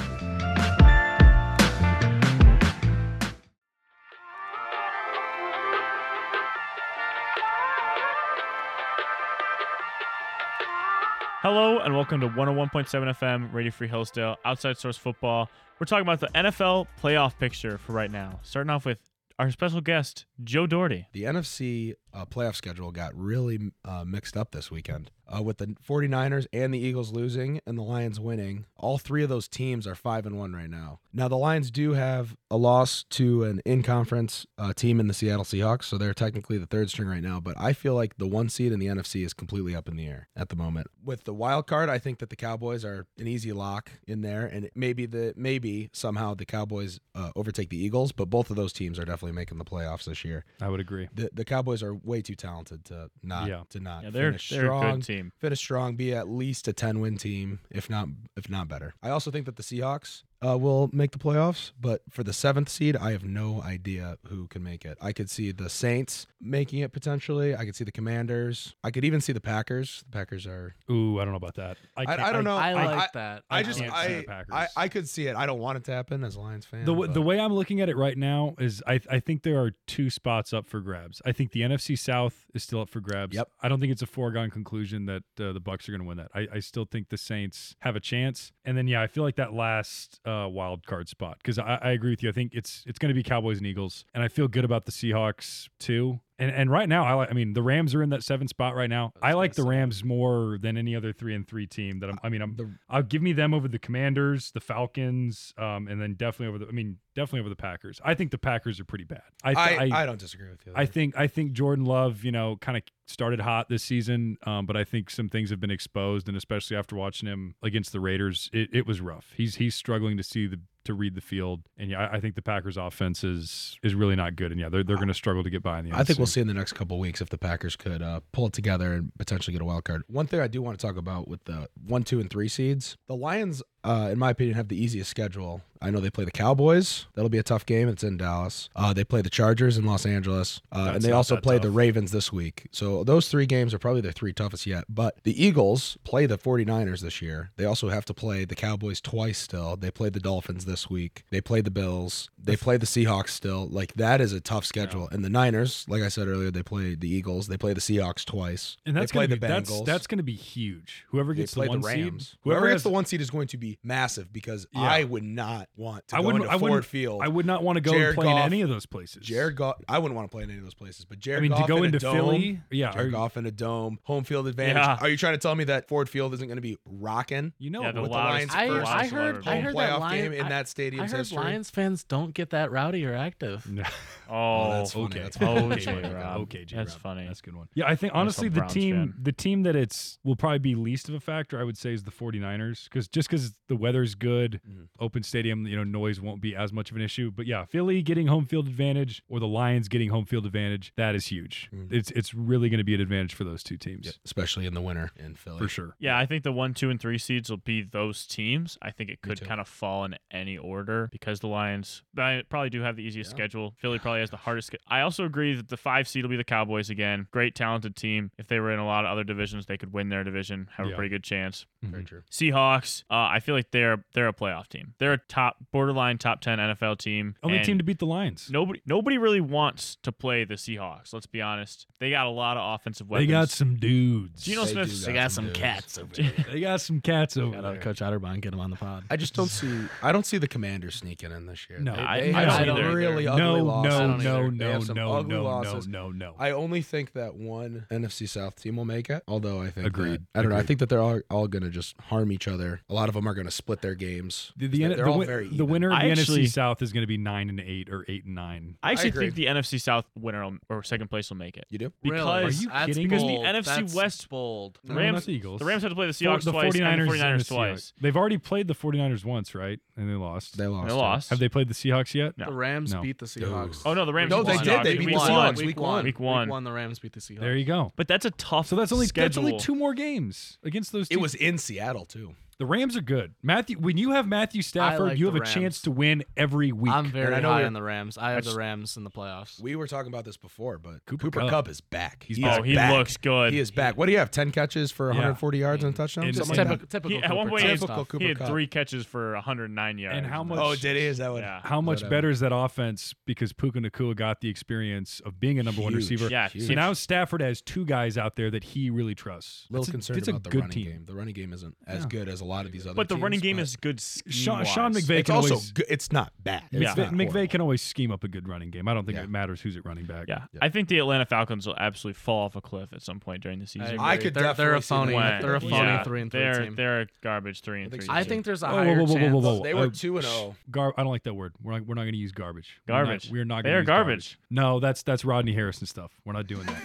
B: Hello and welcome to 101.7 FM, Radio Free Hillsdale, Outside Source Football. We're talking about the NFL playoff picture for right now. Starting off with our special guest, Joe Doherty.
E: The NFC uh, playoff schedule got really uh, mixed up this weekend uh, with the 49ers and the Eagles losing and the Lions winning. All three of those teams are 5 and 1 right now. Now, the Lions do have a loss to an in conference uh, team in the Seattle Seahawks, so they're technically the third string right now, but I feel like the one seed in the NFC is completely up in the air at the moment. With the wild card, I think that the Cowboys are an easy lock in there, and maybe the maybe somehow the Cowboys uh, overtake the Eagles, but both of those teams are definitely making the playoffs this year
C: I would agree.
E: the, the Cowboys are way too talented to not
C: Yeah.
E: to not
B: Yeah, they're,
E: finish
B: they're a
E: strong.
B: good team.
E: Finish strong, be at least a ten win team, if not if not better. I also think that the Seahawks uh, will make the playoffs, but for the seventh seed, I have no idea who can make it. I could see the Saints making it potentially. I could see the Commanders. I could even see the Packers. The Packers are.
C: Ooh, I don't know about that.
E: I,
C: can't-
E: I, don't know.
D: I like that.
E: I, just
C: can't see
E: I,
C: the Packers.
E: I I could see it. I don't want it to happen as a Lions fan.
C: The, w-
E: but-
C: the way I'm looking at it right now is I, I think there are two spots up for grabs. I think the NFC South is still up for grabs.
E: Yep.
C: I don't think it's a foregone conclusion that uh, the Bucks are going to win that. I, I still think the Saints have a chance. And then yeah, I feel like that last uh, wild card spot because I, I agree with you. I think it's it's going to be Cowboys and Eagles, and I feel good about the Seahawks too. And and right now I like I mean the Rams are in that seven spot right now.
E: I was
C: I like the
E: gonna
C: Rams more than any other three and three team that I'm, I mean I'm
E: the
C: I'll Uh, give me them over the Commanders, the Falcons, um, and then definitely over the. I mean, definitely over the Packers. I think the Packers are pretty bad. I
E: I,
C: I,
E: I
C: I,
E: don't disagree with you. there.
C: think I think Jordan Love, you know, kind of started hot this season, um, but I think some things have been exposed, and especially after watching him against the Raiders, it, it was rough. He's he's struggling to see the to read the field, and yeah, I, I think the Packers' offense is is really not good, and yeah, they're they're going to struggle to get by in the.
E: I think we'll
C: NFC.
E: see in the next couple weeks if the Packers could uh, pull it together and potentially get a wild card. One thing I do want to talk about with the one, two, and three seeds, the Lions, uh, in my opinion, have the easiest schedule. I know they play the Cowboys. That'll be a tough game. It's in Dallas. Uh, they play the Chargers in Los Angeles, uh, and
C: That's
E: they
C: not
E: also
C: that
E: play the
C: tough.
E: Ravens this week. So those three games are probably their three toughest yet. But the Eagles play the 49ers this year. They also have to play the Cowboys twice still. They play the Dolphins this week. They play the Bills. They play the Seahawks still. Like that is a tough schedule. And the Niners, like I said earlier, they play the Eagles. They play the Seahawks twice.
C: And that's
E: they play
C: gonna be,
E: the
C: That's,
E: Bengals.
C: that's going to be huge. Whoever
E: they
C: gets
E: play
C: the one
E: the Rams.
C: seed,
E: Whoever
C: has
E: gets the one seed is going to be be massive because
C: Yeah.
E: I would not want to
C: I
E: go
C: wouldn't-
E: into
C: I
E: Ford
C: wouldn't-
E: Field.
C: I would not want to go
E: Jared
C: and play in
E: Goff-
C: any of those places.
E: Jared Goff. I wouldn't want to play in any of those places, but Jared.
C: I mean,
E: Goff
C: to go
E: in a
C: into
E: dome-
C: Philly, yeah. are
E: Jared
C: you-
E: Goff in a dome, home field advantage.
B: Yeah.
E: Are you trying to tell me that Ford Field isn't going to be rocking?
C: You know,
B: Yeah,
C: it
B: the
C: would.
E: with the
B: loudest.
E: Lions
D: I,
E: first
D: I heard
B: celebratory
D: I
E: Home
D: heard
E: playoff
D: that Lion,
E: game in
D: I,
E: that
D: I
E: stadium's
D: heard
E: history.
D: Lions fans don't get that rowdy or active.
C: No.
B: Oh,
E: that's funny.
C: okay.
E: That's
B: funny.
C: okay,
B: Okay,
C: J-Rob.
B: Rob.
C: okay, J-Rob.
B: That's funny.
C: That's a good one. Yeah, I think
B: I'm
C: honestly
B: a
C: the
B: Browns
C: team
B: fan.
C: the team that it's will probably be least of a factor I would say is the 49ers cuz just cuz the weather's good,
E: Mhm.
C: open stadium, you know, noise won't be as much of an issue. But yeah, Philly getting home field advantage or the Lions getting home field advantage, that is huge.
E: Mm.
C: It's it's really going to be an advantage for those two teams.
E: Yep, especially in the winter in Philly.
C: For sure.
B: Yeah, I think the one, two, and three seeds will be those teams. I think it could
E: too.
B: kind of fall in any order because the Lions I probably do have the easiest
E: Yeah.
B: schedule. Philly probably has the hardest. sch- I also agree that the five seed will be the Cowboys again. Great, talented team. If they were in a lot of other divisions, they could win their division. Have
C: Yeah.
B: a pretty good chance.
E: Very true.
B: Seahawks. Uh, I feel like they're they're a playoff team. They're a top borderline top ten NFL team.
C: Only
B: and
C: team to beat the Lions.
B: Nobody, nobody really wants to play the Seahawks. Let's be honest. They got a lot of offensive
C: they
B: weapons.
C: got some dudes.
B: Geno
E: They do
B: Smith's
E: got some dudes.
D: over
C: they got some cats over
D: Shout out
C: there.
D: Coach Otterbein, get him on the pod.
E: I just don't see. I don't see the Commanders sneaking in this year.
C: No,
E: They-
B: I-
E: they
B: I
E: have
B: don't
E: some
B: either.
E: really
C: No,
E: ugly
C: no,
E: losses.
D: I don't
C: no,
D: either.
E: They
C: no,
E: have some
C: no,
E: ugly
C: no, no,
E: losses.
C: no, no.
E: I only think that one NFC South team will make it. Although I think
C: Agreed.
E: that- I don't know. I
C: Agreed.
E: think that they're all, all going to just harm each other. A lot of them are going to split their games.
C: The, the,
E: They're-
C: N-
E: they're
C: the,
E: all
C: win-
E: very
C: the
E: even.
C: winner of
B: I
C: the
B: actually-
C: NFC South is going to be nine and eight or eight and nine.
B: I actually think the
E: agree.
B: NFC South winner will- or second place will make it.
E: You do?
B: Because
C: Are you kidding
B: because
C: me?
B: the NFC West
F: bold.
C: No,
B: Rams-
C: not the Eagles.
B: the Rams have to play the Seahawks
C: the
B: twice
C: 49ers,
B: and the
C: and
B: 49ers
C: the Seahawks.
B: twice.
C: They've already played the 49ers once, right? And they lost.
E: They lost.
B: They lost.
C: have they played the Seahawks yet?
B: No.
D: The Rams
C: No.
D: beat the Seahawks.
B: oh no, the Rams.
E: No, they
B: won.
E: did. They
B: Week-
E: beat
B: week
E: the
B: one.
E: Seahawks.
D: Week
E: Week
D: one.
E: one.
B: Week one.
D: The Rams beat the Seahawks.
C: There you go.
B: But that's a tough.
C: So that's only that's
B: schedule.
C: only two more games against those. Two.
E: It was in Seattle too.
C: the Rams are good. Matthew, when you have Matthew Stafford,
D: like
C: you have
D: the
C: a chance
D: Rams.
C: to win every week.
D: I'm very
E: And I know
D: high
E: you're-
D: on the Rams. I have
B: That's-
D: the Rams in the playoffs.
E: We were talking about this before, but
C: Cooper
E: Cooper,
C: Kupp.
E: Cup. is back.
C: He's
E: He
C: back.
E: is
B: Oh, he
E: back.
B: looks good.
E: He is back. What do you have? Ten catches for
C: Yeah.
E: 140 yards and a touchdown.
C: And-
E: Something
D: Just
E: like that?
D: typical, typical
B: He- at one
D: Cooper
B: point he
D: Cup
B: had-
E: Typical
D: stuff.
E: Cooper
B: he had
E: Kupp.
B: three catches for 109 yards.
C: And how much-
E: Oh, did he? Is that what?
B: Yeah.
C: How much
E: Whatever.
C: better is that offense because Puka Nakua got the experience of being a number one
E: Huge.
C: receiver?
B: Yeah.
E: Huge.
C: So now Stafford has two guys out there that he really trusts.
E: Little
C: That's a-
E: concerned
C: that's
E: about
C: a
E: the
C: good
E: running
C: team.
E: game. The running game isn't as
C: Yeah.
E: good as a lot of these other.
B: But the running
E: teams,
B: game
E: but
B: is good.
C: Sean,
B: scheme-wise.
C: Sean McVay
E: It's
C: can
E: also
C: always
E: good. It's not bad. It's
B: Yeah.
E: not
C: McVay, McVay
E: horrible.
C: can always scheme up a good running game. I don't think
E: Yeah.
C: it matters who's at running back.
B: Yeah.
E: Yeah.
B: I think the Atlanta Falcons will absolutely fall off a cliff at some point during the season.
E: I could
D: they're, they're
E: definitely
D: a
E: see them
D: phony.
E: winning.
D: They're a phony
B: yeah,
D: three and three
B: they're,
D: team.
B: They're a garbage three and
E: I think
B: three.
E: so.
D: I
B: team.
D: think there's a
C: Whoa, whoa,
D: higher
C: Oh, whoa, whoa, whoa,
D: chance.
C: whoa, whoa.
E: They were
C: Uh,
E: two and oh. zero.
C: Gar- I don't like that word. We're not, we're not going to use garbage. We're not-
B: Garbage.
C: We're not.
B: They
C: gonna
B: are
C: use
B: garbage.
C: No, that's that's Rodney Harrison stuff. We're not doing that.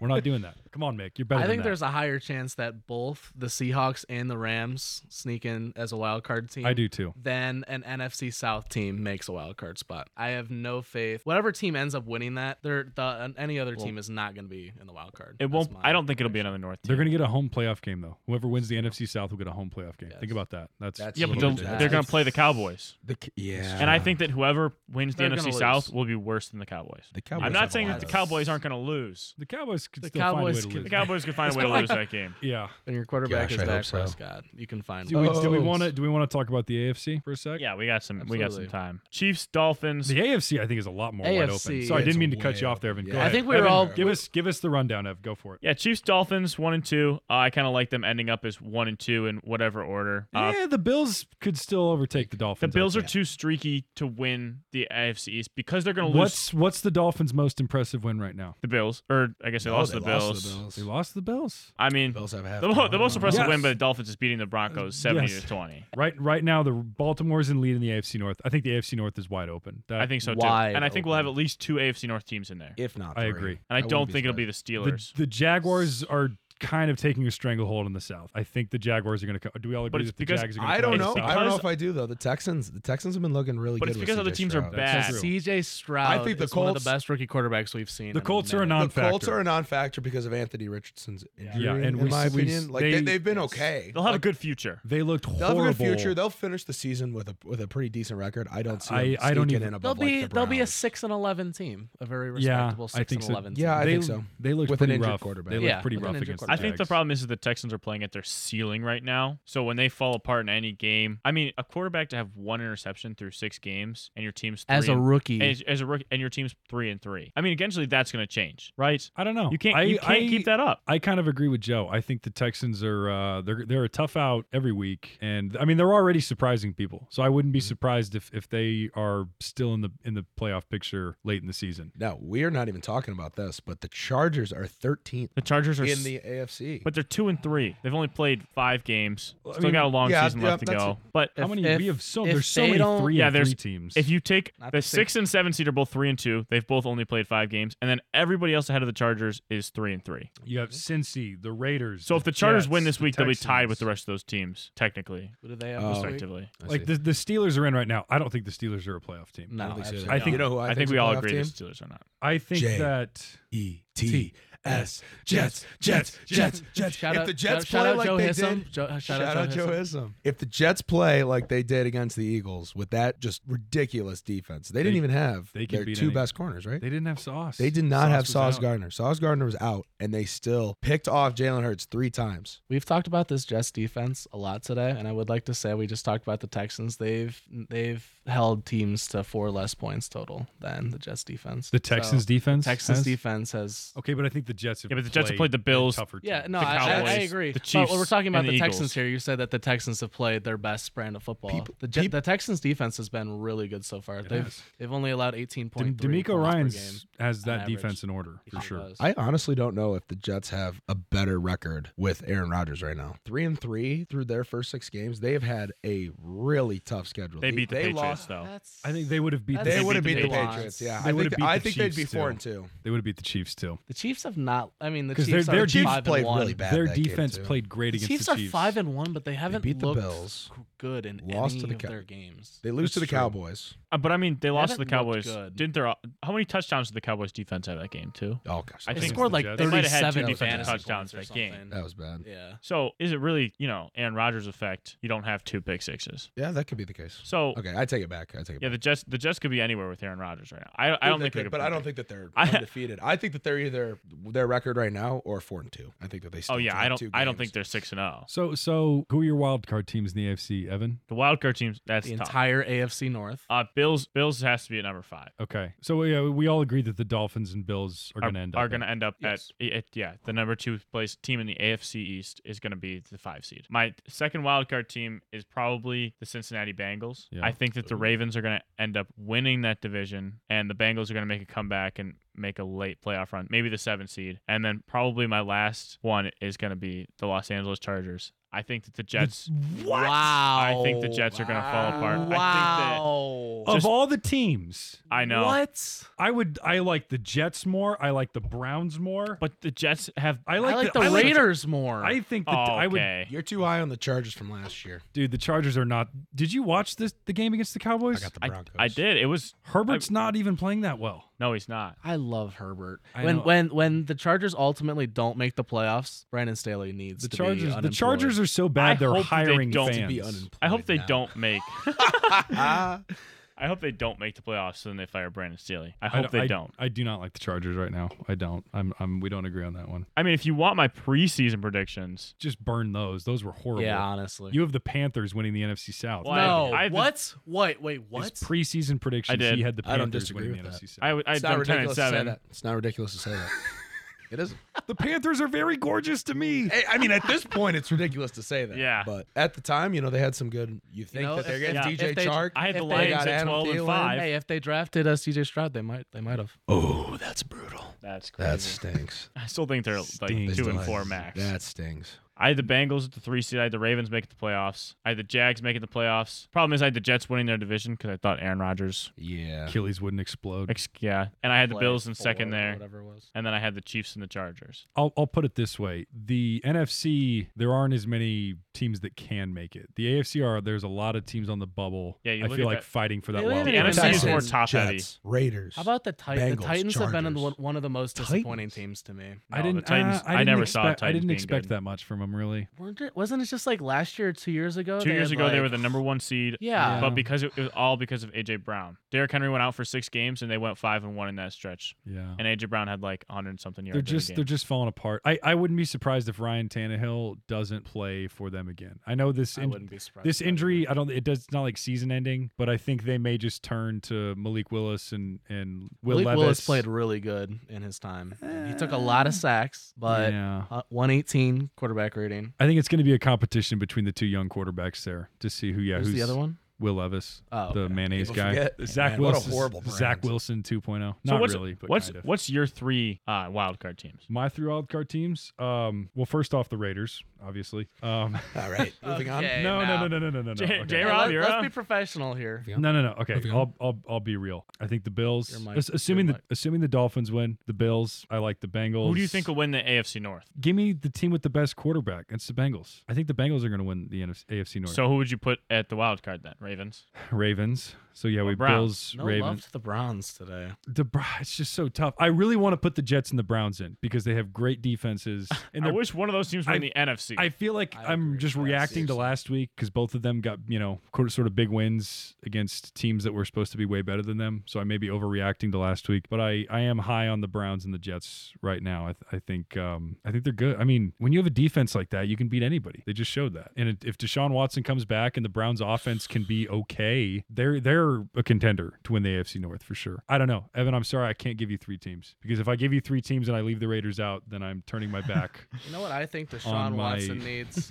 C: we're not doing that. Come on, Mick. You're better.
D: I think
C: than
D: there's a higher chance that both the Seahawks and the Rams sneak in as a wild card team.
C: That. I do too.
D: Then an NFC South team makes a wild card spot. I have no faith. Whatever team ends up winning that, they're the any other team is not going to be in the wild card.
B: it
D: That's
B: won't.
D: my
B: I don't think it'll be another North team.
C: They're going to get a home playoff game though. Whoever wins the NFC South will get a home playoff game. Think
D: Yes.
C: about that. That's,
E: That's
B: yeah, but
C: huge.
B: they'll- they're going to play the Cowboys.
E: The, yeah.
B: And I think that whoever wins the
D: They're
B: NFC
D: gonna
B: South
D: lose.
B: will be worse than the Cowboys.
E: the Cowboys
B: I'm
E: have
B: not
E: a
B: saying
E: lot
B: that the
E: of-
B: Cowboys aren't going to lose.
C: the Cowboys could
D: The
C: still
D: Cowboys
C: find a way to
D: could-
C: lose.
B: The Cowboys could find a way to lose that game.
C: yeah.
D: And your quarterback
E: Gosh,
D: is
E: I hope
D: Dak
E: so.
D: Prescott. You can find.
C: Do we, do we
E: Oh.
C: want to do we want to talk about the AFC for a sec?
B: Yeah, we got some. We got some
D: Absolutely.
B: time. Chiefs, Dolphins.
C: The AFC I think is a lot more wide open.
D: AFC
C: Sorry, I
E: is
C: didn't mean to cut
E: way
C: you off
E: open.
C: there, Evan.
E: Yeah.
C: Go
E: I
C: ahead.
D: think we were
C: Evan,
D: all-
C: give us give us the rundown, Ev. Go for it.
B: Yeah, Chiefs, Dolphins, one and two. Uh, I kind of like them ending up as one and two in whatever order. Uh,
C: yeah, the Bills could still overtake the
B: the
C: Dolphins. I
B: Bills are
C: think.
B: too streaky to win the AFC East because they're going to lose
C: What's what's the Dolphins' most impressive win right now?
B: the Bills, or I guess they
E: No,
B: lost
E: they
B: to the Bills.
E: The Bills.
C: They lost to the Bills.
B: I mean,
E: Bills have half.
B: the, mo- the most impressive
C: Yes.
B: win by the Dolphins is beating the Broncos seventy
C: Yes.
B: to twenty.
C: Right, right now the Baltimore's in lead in the AFC North. I think the AFC North is wide open. That,
B: I think so too,
D: Wide
B: and I think we'll have
D: open.
B: at least two AFC North teams in there.
E: if not,
C: I
E: three.
C: agree.
B: And I, don't
E: wouldn't
B: think it'll be
E: surprised.
B: the Steelers.
C: the, the Jaguars are kind of taking a stranglehold in the South. I think the Jaguars are going to come. Do we all
B: But
C: agree
B: it's
C: that the
B: because-
C: Jags are going to
E: I don't
B: It's
E: know. I
B: because-
E: don't know if I do though. The Texans. The Texans have been looking really
B: But
E: good.
B: it's
E: with
B: because other
E: CJ
B: teams are
E: Stroud.
B: bad.
C: true.
D: CJ Stroud.
E: I think the
D: is one of
E: Colts-
D: the best rookie quarterbacks we've seen.
C: The
D: in
C: Colts are a
D: minute.
E: The
C: non-factor.
E: Colts are a non-factor because of Anthony Richardson's injury.
C: Yeah, and
E: in
C: we-
E: my
C: we-
E: opinion, like
C: they-
E: they, they've been okay.
B: They'll have a
E: Like,
B: good future.
C: they looked
E: They'll have
C: horrible.
E: a good future. They'll finish the season with a with a pretty decent record. I don't see.
C: I-
E: them
C: I don't
E: sneaking
C: even-
E: in above,
D: They'll be
E: like, the
D: they'll be a
E: Browns.
D: six and eleven team, a very
C: Yeah,
D: respectable
C: I
D: six
C: think
D: and
C: so.
D: eleven.
E: Yeah, I
C: they,
E: think so.
C: They looked
E: With an
C: pretty
E: injured
C: rough.
E: quarterback.
C: They looked
D: Yeah,
C: pretty
D: with an
C: rough
D: injured
C: against.
B: I think the
C: Jags.
B: problem is that the Texans are playing at their ceiling right now. So when they fall apart in any game, I mean, a quarterback to have one interception through six games and your team's three
D: as a
B: and,
D: rookie.
B: and as, as a rookie and your team's three and three. I mean, eventually that's going to change, right?
C: I don't know.
B: You can't
C: I,
B: you can't
C: I-
B: keep that up.
C: I kind of agree with Joe. I think the Texans are uh, they're they're a tough out every week, and I mean they're already surprising people. So I wouldn't be surprised if if they are still in the in the playoff picture late in the season.
E: Now we're not even talking about this, but the Chargers are 13th
B: The Chargers are
E: in
B: s-
E: the AFC.
B: But they're two and three. They've only played five games.
C: Well, I
B: Still
C: mean,
B: got a long
E: yeah,
B: season
E: yeah,
B: left to
E: that's
B: go.
E: a-
B: but
C: How
D: If-
C: many
D: if-
C: we have so
D: if
C: there's so
D: they
C: many
D: don't-
C: three
B: Yeah,
C: and
B: there's-
C: three teams.
B: if you take
D: Not
B: the
D: the same.
B: six and seven seed are both three and two, they've both only played five games, and then everybody else ahead of the Chargers is three and three.
C: you have Cincy, the Raiders.
B: So if the Chargers win
C: Jets,
B: this week,
C: the
B: they'll be tied with the
C: Texans.
B: rest of those teams, technically,
D: Who do they have
E: Oh.
D: this week?
B: respectively.
E: I
C: Like
E: see.
C: the, the Steelers are in right now. I don't think the Steelers are a playoff team.
E: I
D: No,
E: don't think so
D: absolutely
E: either.
C: I
D: not.
C: think-
E: you know who I,
B: I think
E: think's
B: we
E: a
B: all
E: playoff
B: agree
E: team?
B: the Steelers are not.
C: I think
E: Jay.
C: that
E: E T S Jets Jets Jets Jets.
D: Shout
E: if
D: out,
E: the Jets
D: shout,
E: play
D: shout out
E: like
D: Joe
E: they
D: Hissom.
E: did,
D: Jo- shout,
E: shout, out Joe
D: Hissom.
E: Ism. If the Jets play like they did against the Eagles with that just ridiculous defense, they didn't
C: They-
E: even have
C: they can
E: their
C: beat
E: two
C: any-
E: best corners, right?
C: they didn't have Sauce.
E: They did not have
C: was
E: Sauce
C: out.
E: Gardner. Sauce Gardner was out, and they still picked off Jalen Hurts three times.
D: We've talked about this Jets defense a lot today, and I would like to say we just talked about the Texans. They've they've held teams to four less points total than the Jets defense.
C: The Texans
D: So,
C: defense.
D: Texans
C: has-
D: defense has.
C: Okay, but I think the Jets have.
B: Yeah, but the Jets have played the Bills.
C: tougher.
D: Yeah,
C: teams.
D: no,
B: The
D: I, I, I
B: Cowboys,
D: agree.
B: the
D: but when we're
B: Chiefs,
D: talking about
B: and
D: the,
B: the
D: Texans
B: Eagles.
D: here, you said that the Texans have played their best brand of football.
E: People-
D: the, Je-
E: peop-
D: the Texans defense has been really good so far.
C: It
D: They've
C: has.
D: they've only allowed 18
C: Dem-
D: points.
C: D'Amico
D: game.
C: Ryan's has
D: on
C: that
D: average.
C: defense in order for
D: He
C: sure.
D: does.
E: I honestly don't know if the Jets have a better record with Aaron Rodgers right now. Three and three through their first six games, they have had a really tough schedule.
B: They beat the Patriots
E: lost-
B: though.
C: I think they would have beat.
D: That's-
E: They
B: They
E: would have
B: beat
E: beat
B: the
E: the
D: Patriots.
E: Patriots. Yeah,
C: They
E: I
C: would've
E: think,
C: beat
E: I
C: the
E: think they'd be
C: Chiefs,
E: four
C: too.
E: and two.
C: They would have beat the Chiefs too.
D: The Chiefs have not. I mean, the
C: 'Cause
D: Chiefs
C: their-
D: are
C: their Chiefs
D: five
E: played
D: and one.
E: really bad.
C: Their
E: that game,
C: defense
E: too.
C: played great
D: The
C: against
D: Chiefs
C: the
D: are
C: Chiefs.
D: five and one, but they haven't
E: beat the
D: looked
E: Bills.
D: g- good in
E: Lost
D: any
E: to the
D: of
E: Cow-
D: their games.
E: They lose
D: That's
E: to the
D: true.
E: Cowboys.
B: Uh, but I mean, they lost to the
D: haven't looked
B: Cowboys.
D: good.
B: Didn't their how many touchdhdowns did the Cowboys defense have that game too?
E: Oh gosh,
B: I
D: They
B: think
D: scored
C: the
D: like
C: Jets.
B: They might have had two
D: thirty-seven
E: defensive
D: fantasy
B: touchdowns
D: points or
B: that game.
D: something.
E: that was bad.
D: Yeah.
B: So is it really you know Aaron Rodgers effect? You don't have two pick sixes.
E: Yeah, that could be the case.
B: So
E: Okay, I take it back. I take it.
B: yeah,
E: back.
B: the Jets the Jets could be anywhere with Aaron Rodgers right now. I, I don't
E: They
B: think they
E: could,
B: could,
E: but I
B: play.
E: don't think that they're
B: I-
E: undefeated. I think that they're either their record right now or four and two. I think that they. Still
B: Oh yeah,
E: have
B: I don't.
E: two
B: I don't
E: games.
B: think they're six and zero.
C: So, so who are your wild card teams in the AFC, Evan?
B: The wild card teams. That's
D: The
B: tough.
D: entire AFC North.
B: uh, Bills. Bills has to be at number five.
C: Okay, so yeah, we all agree that the Dolphins and Bills are
B: Are,
C: going to end
B: are
C: up.
B: gonna end up
D: Yes.
B: at, at yeah the number two place team in the AFC East is gonna be the five seed. My second wild card team is probably the Cincinnati Bengals.
C: Yeah.
B: I think that the Ravens are gonna end up winning that division, and the Bengals are gonna make a comeback and make a late playoff run, maybe the seven seed, and then probably my last one is gonna be the Los Angeles Chargers. I think that the Jets.
D: Wow. I
B: I think the Jets are gonna fall apart. I think that-
D: Wow.
C: of
B: just-
C: all the teams,
B: I know,
D: What?
C: I would. I like the Jets more. I like the Browns more.
B: but the Jets have.
C: I
D: I
C: like,
D: like the
C: I like-
D: Raiders more.
C: I think that I would.
B: Oh, Okay.
E: You're too high on the Chargers from last year.
C: Dude, the Chargers are not. Did you watch this? The game against the Cowboys.
E: I got the
B: I,
E: Broncos.
B: I did. It was
C: Herbert's not even playing that well.
B: no, he's not.
D: I love Herbert.
C: I
D: when
C: know.
D: when when the Chargers ultimately don't make the playoffs, Brandon Staley needs
C: The
D: to be
C: Chargers. The
D: unemployed.
C: Chargers are so bad
B: I
C: they're
B: hope that they
C: hiring
B: don't-
C: fans.
E: Be unemployed
B: I hope they
E: now.
B: don't make.
E: Ah,
B: I hope they don't make the playoffs and they fire Brandon Staley. I
C: I
B: hope
C: don't-
B: they
C: I-
B: don't.
C: I do not like the Chargers right now. I don't. I'm. I'm. We don't agree on that one.
B: I mean, if you want my preseason predictions,
C: Just burn those. Those were horrible.
D: Yeah, honestly.
C: You have the Panthers winning the NFC South.
B: Well, I have-
D: no.
B: I have the-
D: what? Wait, wait,
C: His
D: what?
C: preseason predictions.
B: I did.
C: He had the
E: I don't
C: Panthers
E: disagree
C: winning the
E: with
C: NFC South.
B: I would. I'd
E: it's not
B: done ten and
E: ridiculous to say
B: seven.
E: that. It's not ridiculous to say that. It isn't.
C: the Panthers are very gorgeous to me.
E: Hey, I mean, at this point, it's ridiculous to say that.
B: Yeah.
E: But at the time, you know, they had some good. You think
D: know,
E: that they're
D: if they-
E: getting
B: yeah,
E: DJ
D: if they-
E: Chark?
B: I had
D: If
B: the
D: they
B: Lions at
E: got Adam
B: twelve and
E: Thielen,
B: five.
D: Hey, if they drafted us, CJ Stroud, they might they might have.
E: oh, that's brutal.
B: That's crazy.
E: That stinks.
B: I still think they're like
C: They
E: They
B: two and
E: still-
B: four max.
E: That stings.
B: I had the Bengals at the three seed. I had the Ravens making the playoffs. I had the Jags making the playoffs. Problem is, I had the Jets winning their division because I thought Aaron Rodgers.
E: Yeah.
C: Achilles wouldn't explode.
B: ex- Yeah, and I had the Bills in
D: Four
B: second
D: or
B: there,
D: Whatever it was.
B: and then I had the Chiefs and the Chargers.
C: I'll, I'll put it this way: the NFC, there aren't as many teams that can make it. The AFC are. There's a lot of teams on the bubble.
B: Yeah, you
C: I
B: look
C: feel
B: at
C: like
B: that-
C: fighting for that.
D: Yeah,
C: wild
D: the
C: card.
B: NFC
D: NFC
B: is more
D: Texans,
B: top heavy.
E: Jets, Raiders.
D: How about the Titans?
E: Bengals,
D: The Titans have been
E: Chargers.
D: one, one of the most disappointing teams to me.
C: I
B: No, the
C: didn't.
B: Titans-
C: uh, I,
B: I
C: didn't
B: never saw
C: expect, I
B: Titans
C: didn't
B: being
C: expect
B: good.
C: that much from them them really.
D: Weren't it, wasn't it just like last year or two years ago?
B: Two
D: Oh, they
B: years
D: had,
B: ago, they were
D: like-
B: the number one seed.
D: Yeah.
B: But because it, it was all because of AJ Brown, Derrick Henry went out for six games and they went five and one in that stretch.
C: Yeah.
B: And AJ Brown had like 100 and something yards.
C: They're
B: in the
C: just
B: game.
C: they're just falling apart. I, I wouldn't be surprised if Ryan Tannehill doesn't play for them again. I know this
D: I
C: in-
D: wouldn't be surprised.
C: this
D: if that
C: injury.
D: happened.
C: I don't. It does it's not like season ending, but I think they may just turn to Malik Willis and and Will
D: Malik
C: Levis.
D: Willis played really good in his time. And he took a lot of sacks, but
C: yeah.
D: uh, 118 quarterback rating.
C: I think it's going to be a competition between the two young quarterbacks there to see who. Yeah,
D: Who's
C: who's
D: the other one?
C: Will Levis,
D: Oh,
C: the
D: okay.
C: mayonnaise
E: People
C: guy.
E: forget.
C: Zach
E: Man,
C: Wilson.
E: What a horrible brand.
C: Zach Wilson 2.0.
B: So
C: Not
B: what's-
C: really, but
B: what's
C: kind of.
B: what's your three uh, wild card teams?
C: my three wild card teams? Um, well, first off, the Raiders, obviously. Um,
E: All right, moving on.
D: Okay,
C: no,
D: now.
C: no, no, no, no, no, no, no.
B: J-
C: okay.
B: J-
D: Hey,
B: Rob,
D: let,
B: you're
D: let's
B: up.
D: be professional here.
E: Yeah.
C: No, no, no. Okay,
E: Moving on.
C: I'll, I'll, I'll be real. I think the Bills,
D: Your mic.
C: ass- assuming
D: Your
C: the assuming the Dolphins win, the Bills. I like the Bengals.
B: Who do you think will win the AFC North?
C: Give me the team with the best quarterback. It's the Bengals. I think the Bengals are going to win the NFC, AFC North.
B: So who would you put at the wild card then? Ravens.
C: Ravens. So yeah, we
B: Browns.
C: Bills,
D: No
C: Ravens.
D: love to the Browns today.
C: The Bro- it's just so tough. I really want to put the Jets and the Browns in because they have great defenses. And
B: I
C: they're-
B: wish one of those teams were
C: I-
B: in the NFC.
C: I feel like
D: I
C: I am
D: agree.
C: just
D: Yeah,
C: reacting to
D: seriously.
C: last week because both of them got you know quote- sort of big wins against teams that were supposed to be way better than them. So I may be overreacting to last week, but I I am high on the Browns and the Jets right now. I, th- I think um I think they're good. I mean, when you have a defense like that, you can beat anybody. They just showed that. And it, if Deshaun Watson comes back and the Browns offense can be okay, they're they're a contender to win the AFC North for sure. I don't know, Evan. I'm sorry I can't give you three teams because if I give you three teams and I leave the Raiders out, then I'm turning my back.
D: You know what I think Deshaun
C: my-
D: Watson needs?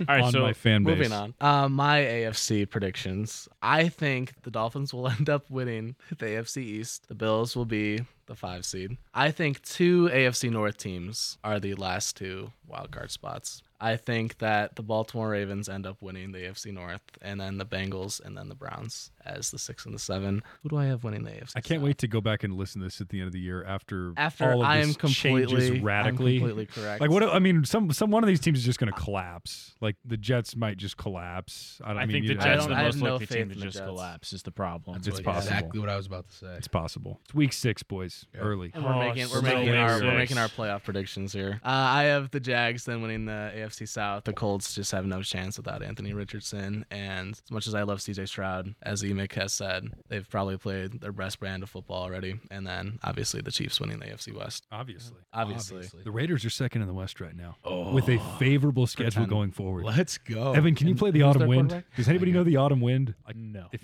B: All right,
C: on
B: so
C: my fan base.
D: Moving on. Uh, my AFC predictions. I think the Dolphins will end up winning the AFC East. The Bills will be the five seed. I think two AFC North teams are the last two wildcard spots. I think that the Baltimore Ravens end up winning the AFC North, and then the Bengals, and then the Browns as the six and the seven. Who do I have winning the AFC?
C: I can't
D: South?
C: wait to go back and listen to this at the end of the year after
D: After
C: all of
D: I
C: this
D: am completely
C: changes
D: I'm
C: radically.
D: completely correct.
C: like what I mean, some some one of these teams is just going to collapse. Like the Jets might just collapse. I don't
B: I
C: I mean,
B: think the
C: you-
D: I
B: Jets
D: don't-
B: are the
D: I have
B: most
D: no
B: likely
D: faith
B: team
D: in
B: to
D: the
B: just
D: Jets.
B: collapse is the problem.
C: That's It's what- possible.
E: Exactly what I was about to say.
C: It's possible. It's week six, boys.
E: Yeah.
C: Early.
D: And we're
B: Oh,
D: making we're
B: so
D: making our
B: many six.
D: we're making our playoff predictions here. Uh, I have the Jags then winning the AFC South. The Colts just have no chance without Anthony Richardson. And as much as I love CJ Stroud, as Emick has said, they've probably played their best brand of football already. And then obviously the Chiefs winning the AFC West.
C: Obviously,
D: Obviously,
C: the Raiders are second in the West right now, with a favorable schedule
D: Pretend.
C: going forward.
E: Let's go.
C: Evan, can you play the
D: who's
C: autumn
D: their
C: wind?
D: quarterback?
C: Does anybody know the autumn wind? Like,
B: No.
C: if-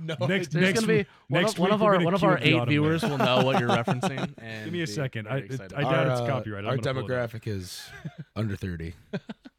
E: no,
C: next
D: there's
C: next
D: gonna be
C: week-
D: one
C: next
D: of, one
C: week
D: of
C: we're
D: our
C: gonna
D: one of
C: cue
D: our
C: up the
D: eight
C: autumn wind.
D: viewers will know what you're referencing. And
C: Give me a
D: be
C: second.
D: very
C: I-
D: excited.
C: I- doubt it's copyright.
E: Our
C: I'm gonna pull it up.
E: demographic is under thirty.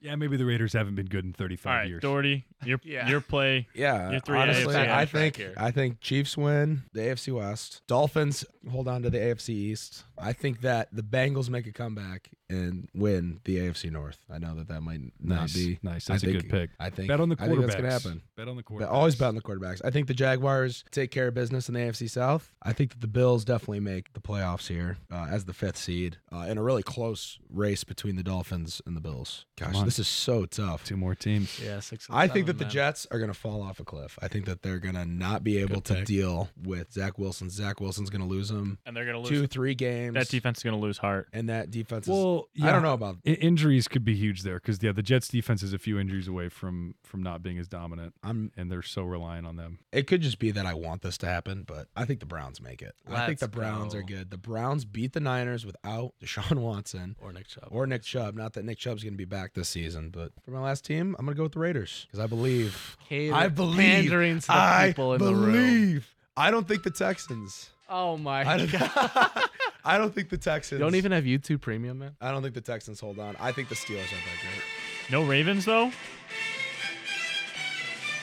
C: Yeah, maybe the Raiders haven't been good in
B: All
C: 35
B: right,
C: years.
B: Doherty, your
D: Yeah.
B: your play.
E: Yeah,
B: Your three
E: honestly,
B: AFC
E: I
D: guys
E: think
D: back here.
E: I think Chiefs win the AFC West. Dolphins hold on to the AFC East. I think that the Bengals make a comeback and win the AFC North. I know that that might not
C: nice,
E: be.
C: nice.
E: I
C: That's a
E: think-
C: good pick.
E: I think
C: Bet on the
E: I think that's gonna
C: quarterbacks.
E: happen.
C: Bet on the
E: But
C: quarterbacks.
E: always bet on the quarterbacks. I think the Jaguars take care of business in the AFC South. I think that the Bills definitely make the playoffs here uh, as the fifth seed uh, in a really close race between the Dolphins and the Bills. Gosh,
C: Come on.
E: this is so tough.
C: Two more teams.
D: Yeah, six. and
E: I think that
D: seven,
E: the
D: man.
E: Jets are going to fall off a cliff. I think that they're going to not be able
D: Good
E: to
D: pick.
E: deal with Zach Wilson. Zach Wilson's going to lose him
B: And they're going to
E: two,
B: lose.
E: three games.
B: That defense is going to lose heart.
E: and that defense. Is,
C: Well,
E: I don't know about.
C: I- injuries could be huge there because yeah, the Jets defense is a few injuries away from from not being as dominant,
E: I'm.
C: and they're so reliant on them.
E: It could just be that I want this to happen, but I think the Browns make it. I think
D: Let's
E: the Browns are
D: go.
E: good. The Browns beat the Niners without Deshaun Watson
D: or Nick Chubb
E: or Nick Chubb. Not that Nick Chubb's going to be back this season, but for my last team, I'm going to go with the Raiders because I believe.
D: Cater-
E: I believe.
D: pandering to the
E: I
D: people in the room.
E: believe. I don't think the Texans.
D: Oh my
E: I don't, I don't think the
D: You
E: Texans.
D: don't even have YouTube Premium, man.
E: I don't think the Texans hold on. I think the Steelers are that great.
B: No Ravens though.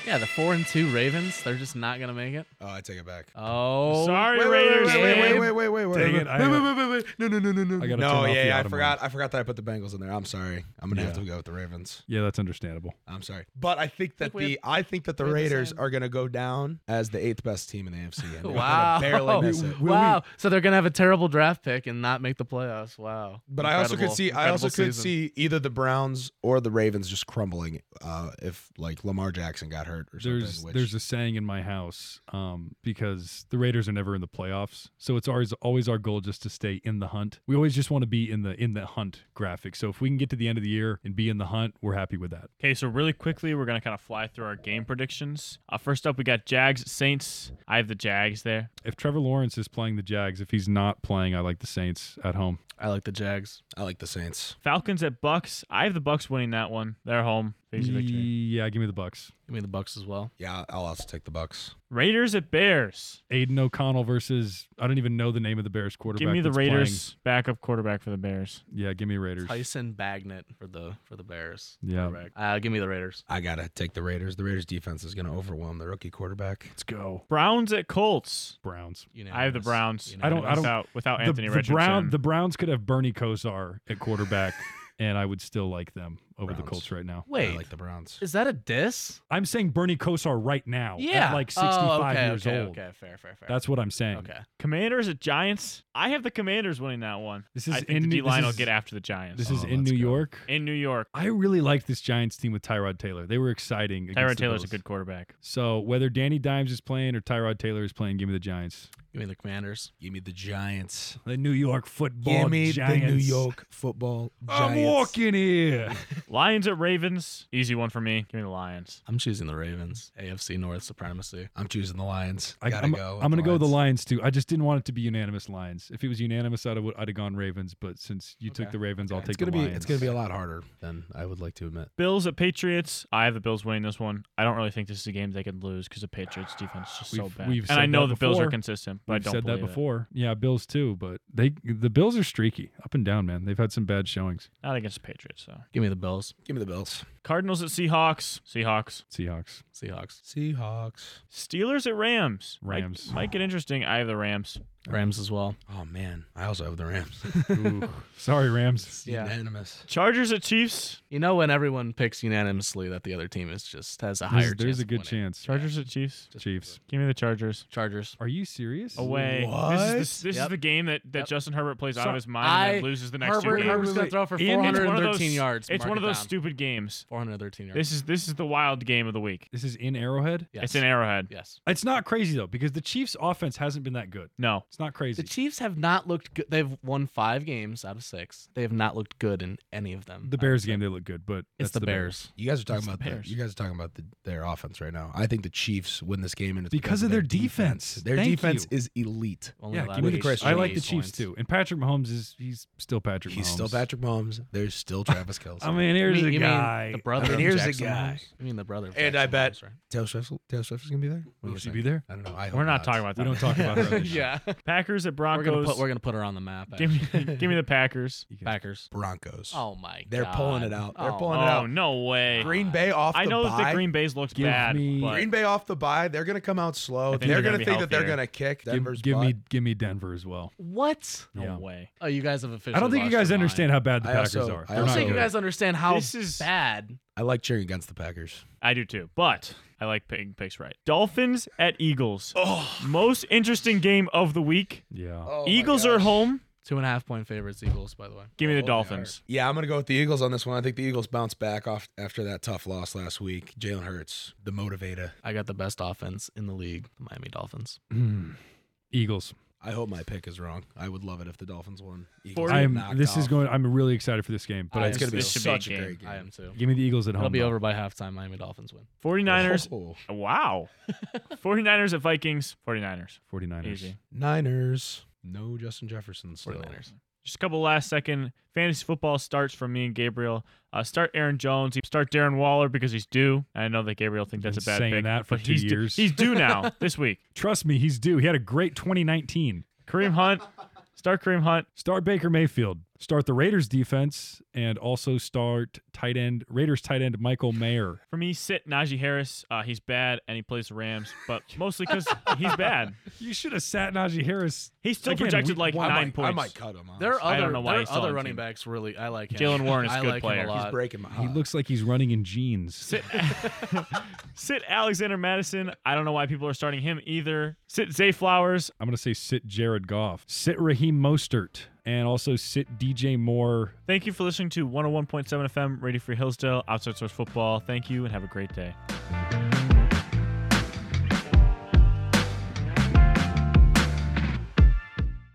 D: Yeah, the four and two Ravens, they're just not gonna make it.
E: Oh, I take it back.
D: Oh,
B: Sorry,
E: Wait, wait,
B: Raiders.
E: Wait, wait,
B: man.
E: wait, wait, wait, wait, wait.
C: Dang
E: wait,
C: it, I-
E: wait, wait, wait, wait. No, no, no, no, no.
C: I gotta
E: no,
C: turn off
E: yeah,
C: the
E: yeah I
C: autumn
E: forgot. I forgot that I put the Bengals in there. I'm sorry. I'm gonna have
C: Yeah.
E: to go with the Ravens.
C: Yeah, that's understandable.
E: I'm sorry, but I think that
D: Think we
E: the I think that the
D: we have the
E: Raiders
D: same.
E: are gonna go down as the eighth best team in the AFC. and they're gonna
D: Wow.
E: barely miss it.
C: Will we-
D: wow. So they're gonna have a terrible draft pick and not make the playoffs. Wow.
E: But I also could
D: Incredible-
E: see I also
D: incredible
E: could
D: season.
E: see either the Browns or the Ravens just crumbling uh, if like Lamar Jackson got hurt or something.
C: There's
E: which,
C: there's a saying in my house um, because the Raiders are never in the playoffs, so it's always always our goal just to stay in the hunt. We always just want to be in the in the hunt graphic. So if we can get to the end of the year and be in the hunt, we're happy with that.
B: Okay, so really quickly, we're gonna kind of fly through our game predictions. Uh, first up, we got Jags at Saints. I have the Jags there.
C: If Trevor Lawrence is playing the Jags, if he's not playing, I like the Saints at home.
D: I like the Jags.
E: I like the Saints.
B: Falcons at Bucks. I have the Bucks winning that one. They're home. Easy victory.
C: Yeah, give me the Bucks.
D: Give me the Bucks as well.
E: Yeah, I'll also take the Bucks.
B: Raiders at Bears.
C: Aiden O'Connell versus I don't even know the name of the Bears quarterback.
B: Give me the
C: that's playing.
B: Raiders backup quarterback for the Bears.
C: Yeah, give me Raiders.
D: Tyson Bagnett for the for the Bears.
C: Yeah.
D: Correct. Uh, give me the Raiders.
E: I gotta take the Raiders. The Raiders defense is gonna overwhelm the rookie quarterback.
C: Let's go.
B: Browns at Colts.
C: Browns.
B: I have the
D: Unanimous.
B: Browns.
D: I
C: don't- I don't-
B: without without
C: The-
B: Anthony
C: the,
B: Richardson.
C: Brown, the Browns could have Bernie Kosar at quarterback, and I would still like them over the
E: Browns.
C: Colts right now.
D: Wait,
E: I like the Browns.
D: is that a diss?
C: I'm saying Bernie Kosar right now. at
D: Yeah,
C: like
D: Oh,
C: 65
D: okay,
C: years
D: okay,
C: old.
D: Okay, fair, fair, fair.
C: That's what I'm saying.
D: okay.
B: Commanders at Giants. I have the Commanders winning that one.
C: This is
B: I think
C: in
B: the
C: New-
B: D line
C: this
B: will
C: is-
B: get after the Giants.
C: This is
E: Oh,
C: in
E: let's
C: New
E: go.
C: York.
B: in New York.
C: I really like this Giants team with Tyrod Taylor. They were exciting.
B: Tyrod
C: against the
B: Taylor's a
C: Bills.
B: good quarterback.
C: So whether Danny Dimes is playing or Tyrod Taylor is playing, give me the Giants.
D: Give me the Commanders.
E: Give me the Giants.
C: The New York football
E: Give me the New York football Giants.
C: I'm walking here.
B: Lions at Ravens. Easy one for me. Give me the Lions.
D: I'm choosing the Ravens. AFC North supremacy.
E: I'm choosing the Lions.
C: I,
E: gotta
C: am
E: go. with
C: I'm gonna go with the
E: Lions.
C: Lions too. I just didn't want it to be unanimous Lions. If it was unanimous, I'd have, I'd have gone Ravens. But since you took
D: Okay.
C: the Ravens, I'll
E: It's
C: take
E: gonna
C: the
E: be
C: Lions.
E: it's gonna be a lot harder than I would like to admit.
B: Bills at Patriots. I have the Bills winning this one. I don't really think this is a game they could lose because the Patriots defense is just so
C: We've-
B: bad.
C: we've
B: and I
C: said
B: know
C: that
B: the Bills are
C: before.
B: consistent, but
C: We've
B: I don't
C: said that
B: believe it.
C: before. Yeah, Bills too, but they the Bills are streaky, up and down, man. They've had some bad showings.
B: Not against the Patriots though.
D: Give me the Bills.
E: Give me the Bills.
B: Cardinals at Seahawks. Seahawks.
C: Seahawks.
D: Seahawks.
E: Seahawks.
B: Steelers at Rams. Might-
C: Rams.
B: Might, get interesting. I have the Rams.
D: Rams as well.
E: Oh man, I also have the Rams.
C: Ooh. Sorry, Rams.
E: It's
D: Yeah.
E: Unanimous.
B: Chargers at Chiefs.
D: You know when everyone picks unanimously that the other team is just has a higher
C: There's,
D: chance.
C: there's a
D: of
C: good
D: winning.
C: chance.
B: Chargers at Chiefs.
C: Chiefs.
B: Give me the Chargers.
D: Chargers.
C: Are you serious?
B: Away. This is, the- this is
D: Yep.
B: the game that, that
D: Yep.
B: Justin Herbert plays out
D: So-
B: of his mind and
D: I-
B: then loses the next two
D: Herbert,
B: games.
D: Herbert's gonna throw for
C: Wait, wait, wait. And
B: It's one of
D: 413
B: those-
D: yards.
B: It's
D: Mark
B: one of
D: it
B: those
D: down.
B: stupid games.
D: 413 yards.
B: This is this is the wild game of the week.
C: This is in Arrowhead.
D: yes.
B: It's an Arrowhead.
D: Yes.
C: It's not crazy though, because the Chiefs' offense hasn't been that good.
B: No.
C: It's not crazy.
D: The Chiefs have not looked good. They've won five games out of six. They have not looked good in any of them.
C: The Bears game, they look good, but that's
D: It's the, Bears.
E: You guys are talking
B: It's the
E: about the,
B: Bears.
E: you guys are talking about the, their offense right now. I think the Chiefs win this game and it's
C: Because of their defense.
E: Their
C: Thank
E: defense
C: you.
E: is elite.
D: Only
C: Yeah,
D: allowed
C: give me the
D: eight-
E: Christian.
C: I like the
D: 88
C: Chiefs
D: points.
C: too, and Patrick Mahomes is he's still Patrick.
E: He's
C: Mahomes.
E: still Patrick Mahomes. There's still Travis Kelce.
C: I mean,
D: You
C: here's
D: mean-
C: a
D: you mean
C: guy.
D: the brother.
E: I mean,
D: of
E: here's a
D: Jackson
E: guy.
D: Mahomes. I mean, the brother. Of
E: And I
D: Jackson
E: bet-
D: Mahomes, right?
E: Taylor Swift. Taylor Swift is gonna be there. What
C: Will
E: was
C: she
E: I
C: be
E: thinking?
C: there?
E: I don't know. I hope
B: We're not talking about
C: We
B: that.
C: don't talk about her. on this show.
D: yeah.
B: Packers at
D: We're
B: Broncos.
D: gonna put we're gonna put her on the map.
B: give
D: actually.
B: me give me the Packers.
C: You guys-
D: Packers.
E: Broncos.
D: Oh my god.
E: They're pulling it out. They're
D: Oh,
E: pulling it
B: Oh
E: out.
B: no way.
E: Green Bay off
B: I
E: the
B: know that
E: bye.
B: the Green Bay's looks
C: Give
B: bad,
C: me-
B: but
E: Green Bay off the bye. They're gonna come out slow.
B: I think
E: They're,
B: they're
E: gonna,
B: gonna be
E: think that they're
B: healthier.
E: gonna kick
C: Give,
E: Denver's
C: give
E: butt.
C: me, give me Denver as well.
D: What?
B: no
C: Yeah.
B: way.
D: Oh, you guys have officially.
C: I don't think you
D: lost your
C: guys
D: mind.
C: understand how bad the
E: I
C: Packers
E: also-
C: are.
E: I
D: I
C: They're
D: don't
C: not
D: think you
C: good.
D: guys understand how
B: This is-
D: bad.
E: I like cheering against the Packers.
B: I do too, but I like picking picks right. Dolphins at Eagles. Oh. Most interesting game of the week.
C: Yeah.
E: Oh
B: Eagles are at home.
D: Two and a half point favorites, Eagles. By the way. Oh,
B: Give me the Dolphins.
E: Yeah, I'm gonna go with the Eagles on this one. I think the Eagles bounce back off after that tough loss last week. Jalen Hurts, the motivator.
D: I got the best offense in the league, the Miami Dolphins.
E: Oh.
C: Mm. Eagles.
E: I hope my pick is wrong. I would love it if the Dolphins won.
B: Forty-
E: get
C: I am.
E: knocked
C: This is
E: off.
C: going. I'm really excited for this game, but
D: I
C: I,
E: It's gonna be
B: This should be
E: such
B: a
E: a,
B: game.
E: great game.
D: I am too.
C: give me the Eagles at home.
D: It'll be
C: though.
D: over by halftime. Miami Dolphins win.
B: 49ers.
E: Oh,
B: Wow. 49ers at Vikings. 49ers.
C: 49ers.
B: Easy.
E: Niners. No Justin Jefferson. Still.
D: 49ers.
B: Just a couple last second fantasy football starts from me and Gabriel. Uh, start Aaron Jones. You Start Darren Waller because he's due. I know that Gabriel thinks that's a bad
C: saying
B: pick,
C: that for
B: but
C: two
B: he's due-
C: years.
B: he's due now this week.
C: Trust me, he's due. He had a great 2019.
B: Kareem Hunt. Start Kareem Hunt.
C: Start Baker Mayfield. Start the Raiders defense, and also start tight end Raiders tight end Michael Mayer.
B: For me, sit Najee Harris. Uh, he's bad and he plays the Rams, but mostly because he's bad.
C: You should have sat Najee Harris.
B: He's still
C: Again,
B: projected
C: we-
B: like
E: Well, I
B: nine
E: might-
B: points.
E: I might cut him.
D: There are
B: I
D: other,
B: don't know why
D: there
B: he's
D: are
B: still on
D: other
B: the
D: running
B: team.
D: backs really. I like him.
B: Jalen Warren is a
D: I
B: good
D: like
B: player.
D: Him a
B: He's
D: lot.
E: He's breaking my.
C: He
E: heart.
C: looks like he's running in jeans.
B: Sit, sit Alexander Madison. I don't know why people are starting him either. Sit Zay Flowers.
C: I'm gonna say sit Jared Goff, sit Raheem Mostert, and also sit DJ Moore.
B: Thank you for oh listening to 101.7 FM, Radio Free Hillsdale, Outside Source Football. Thank you and have a great day.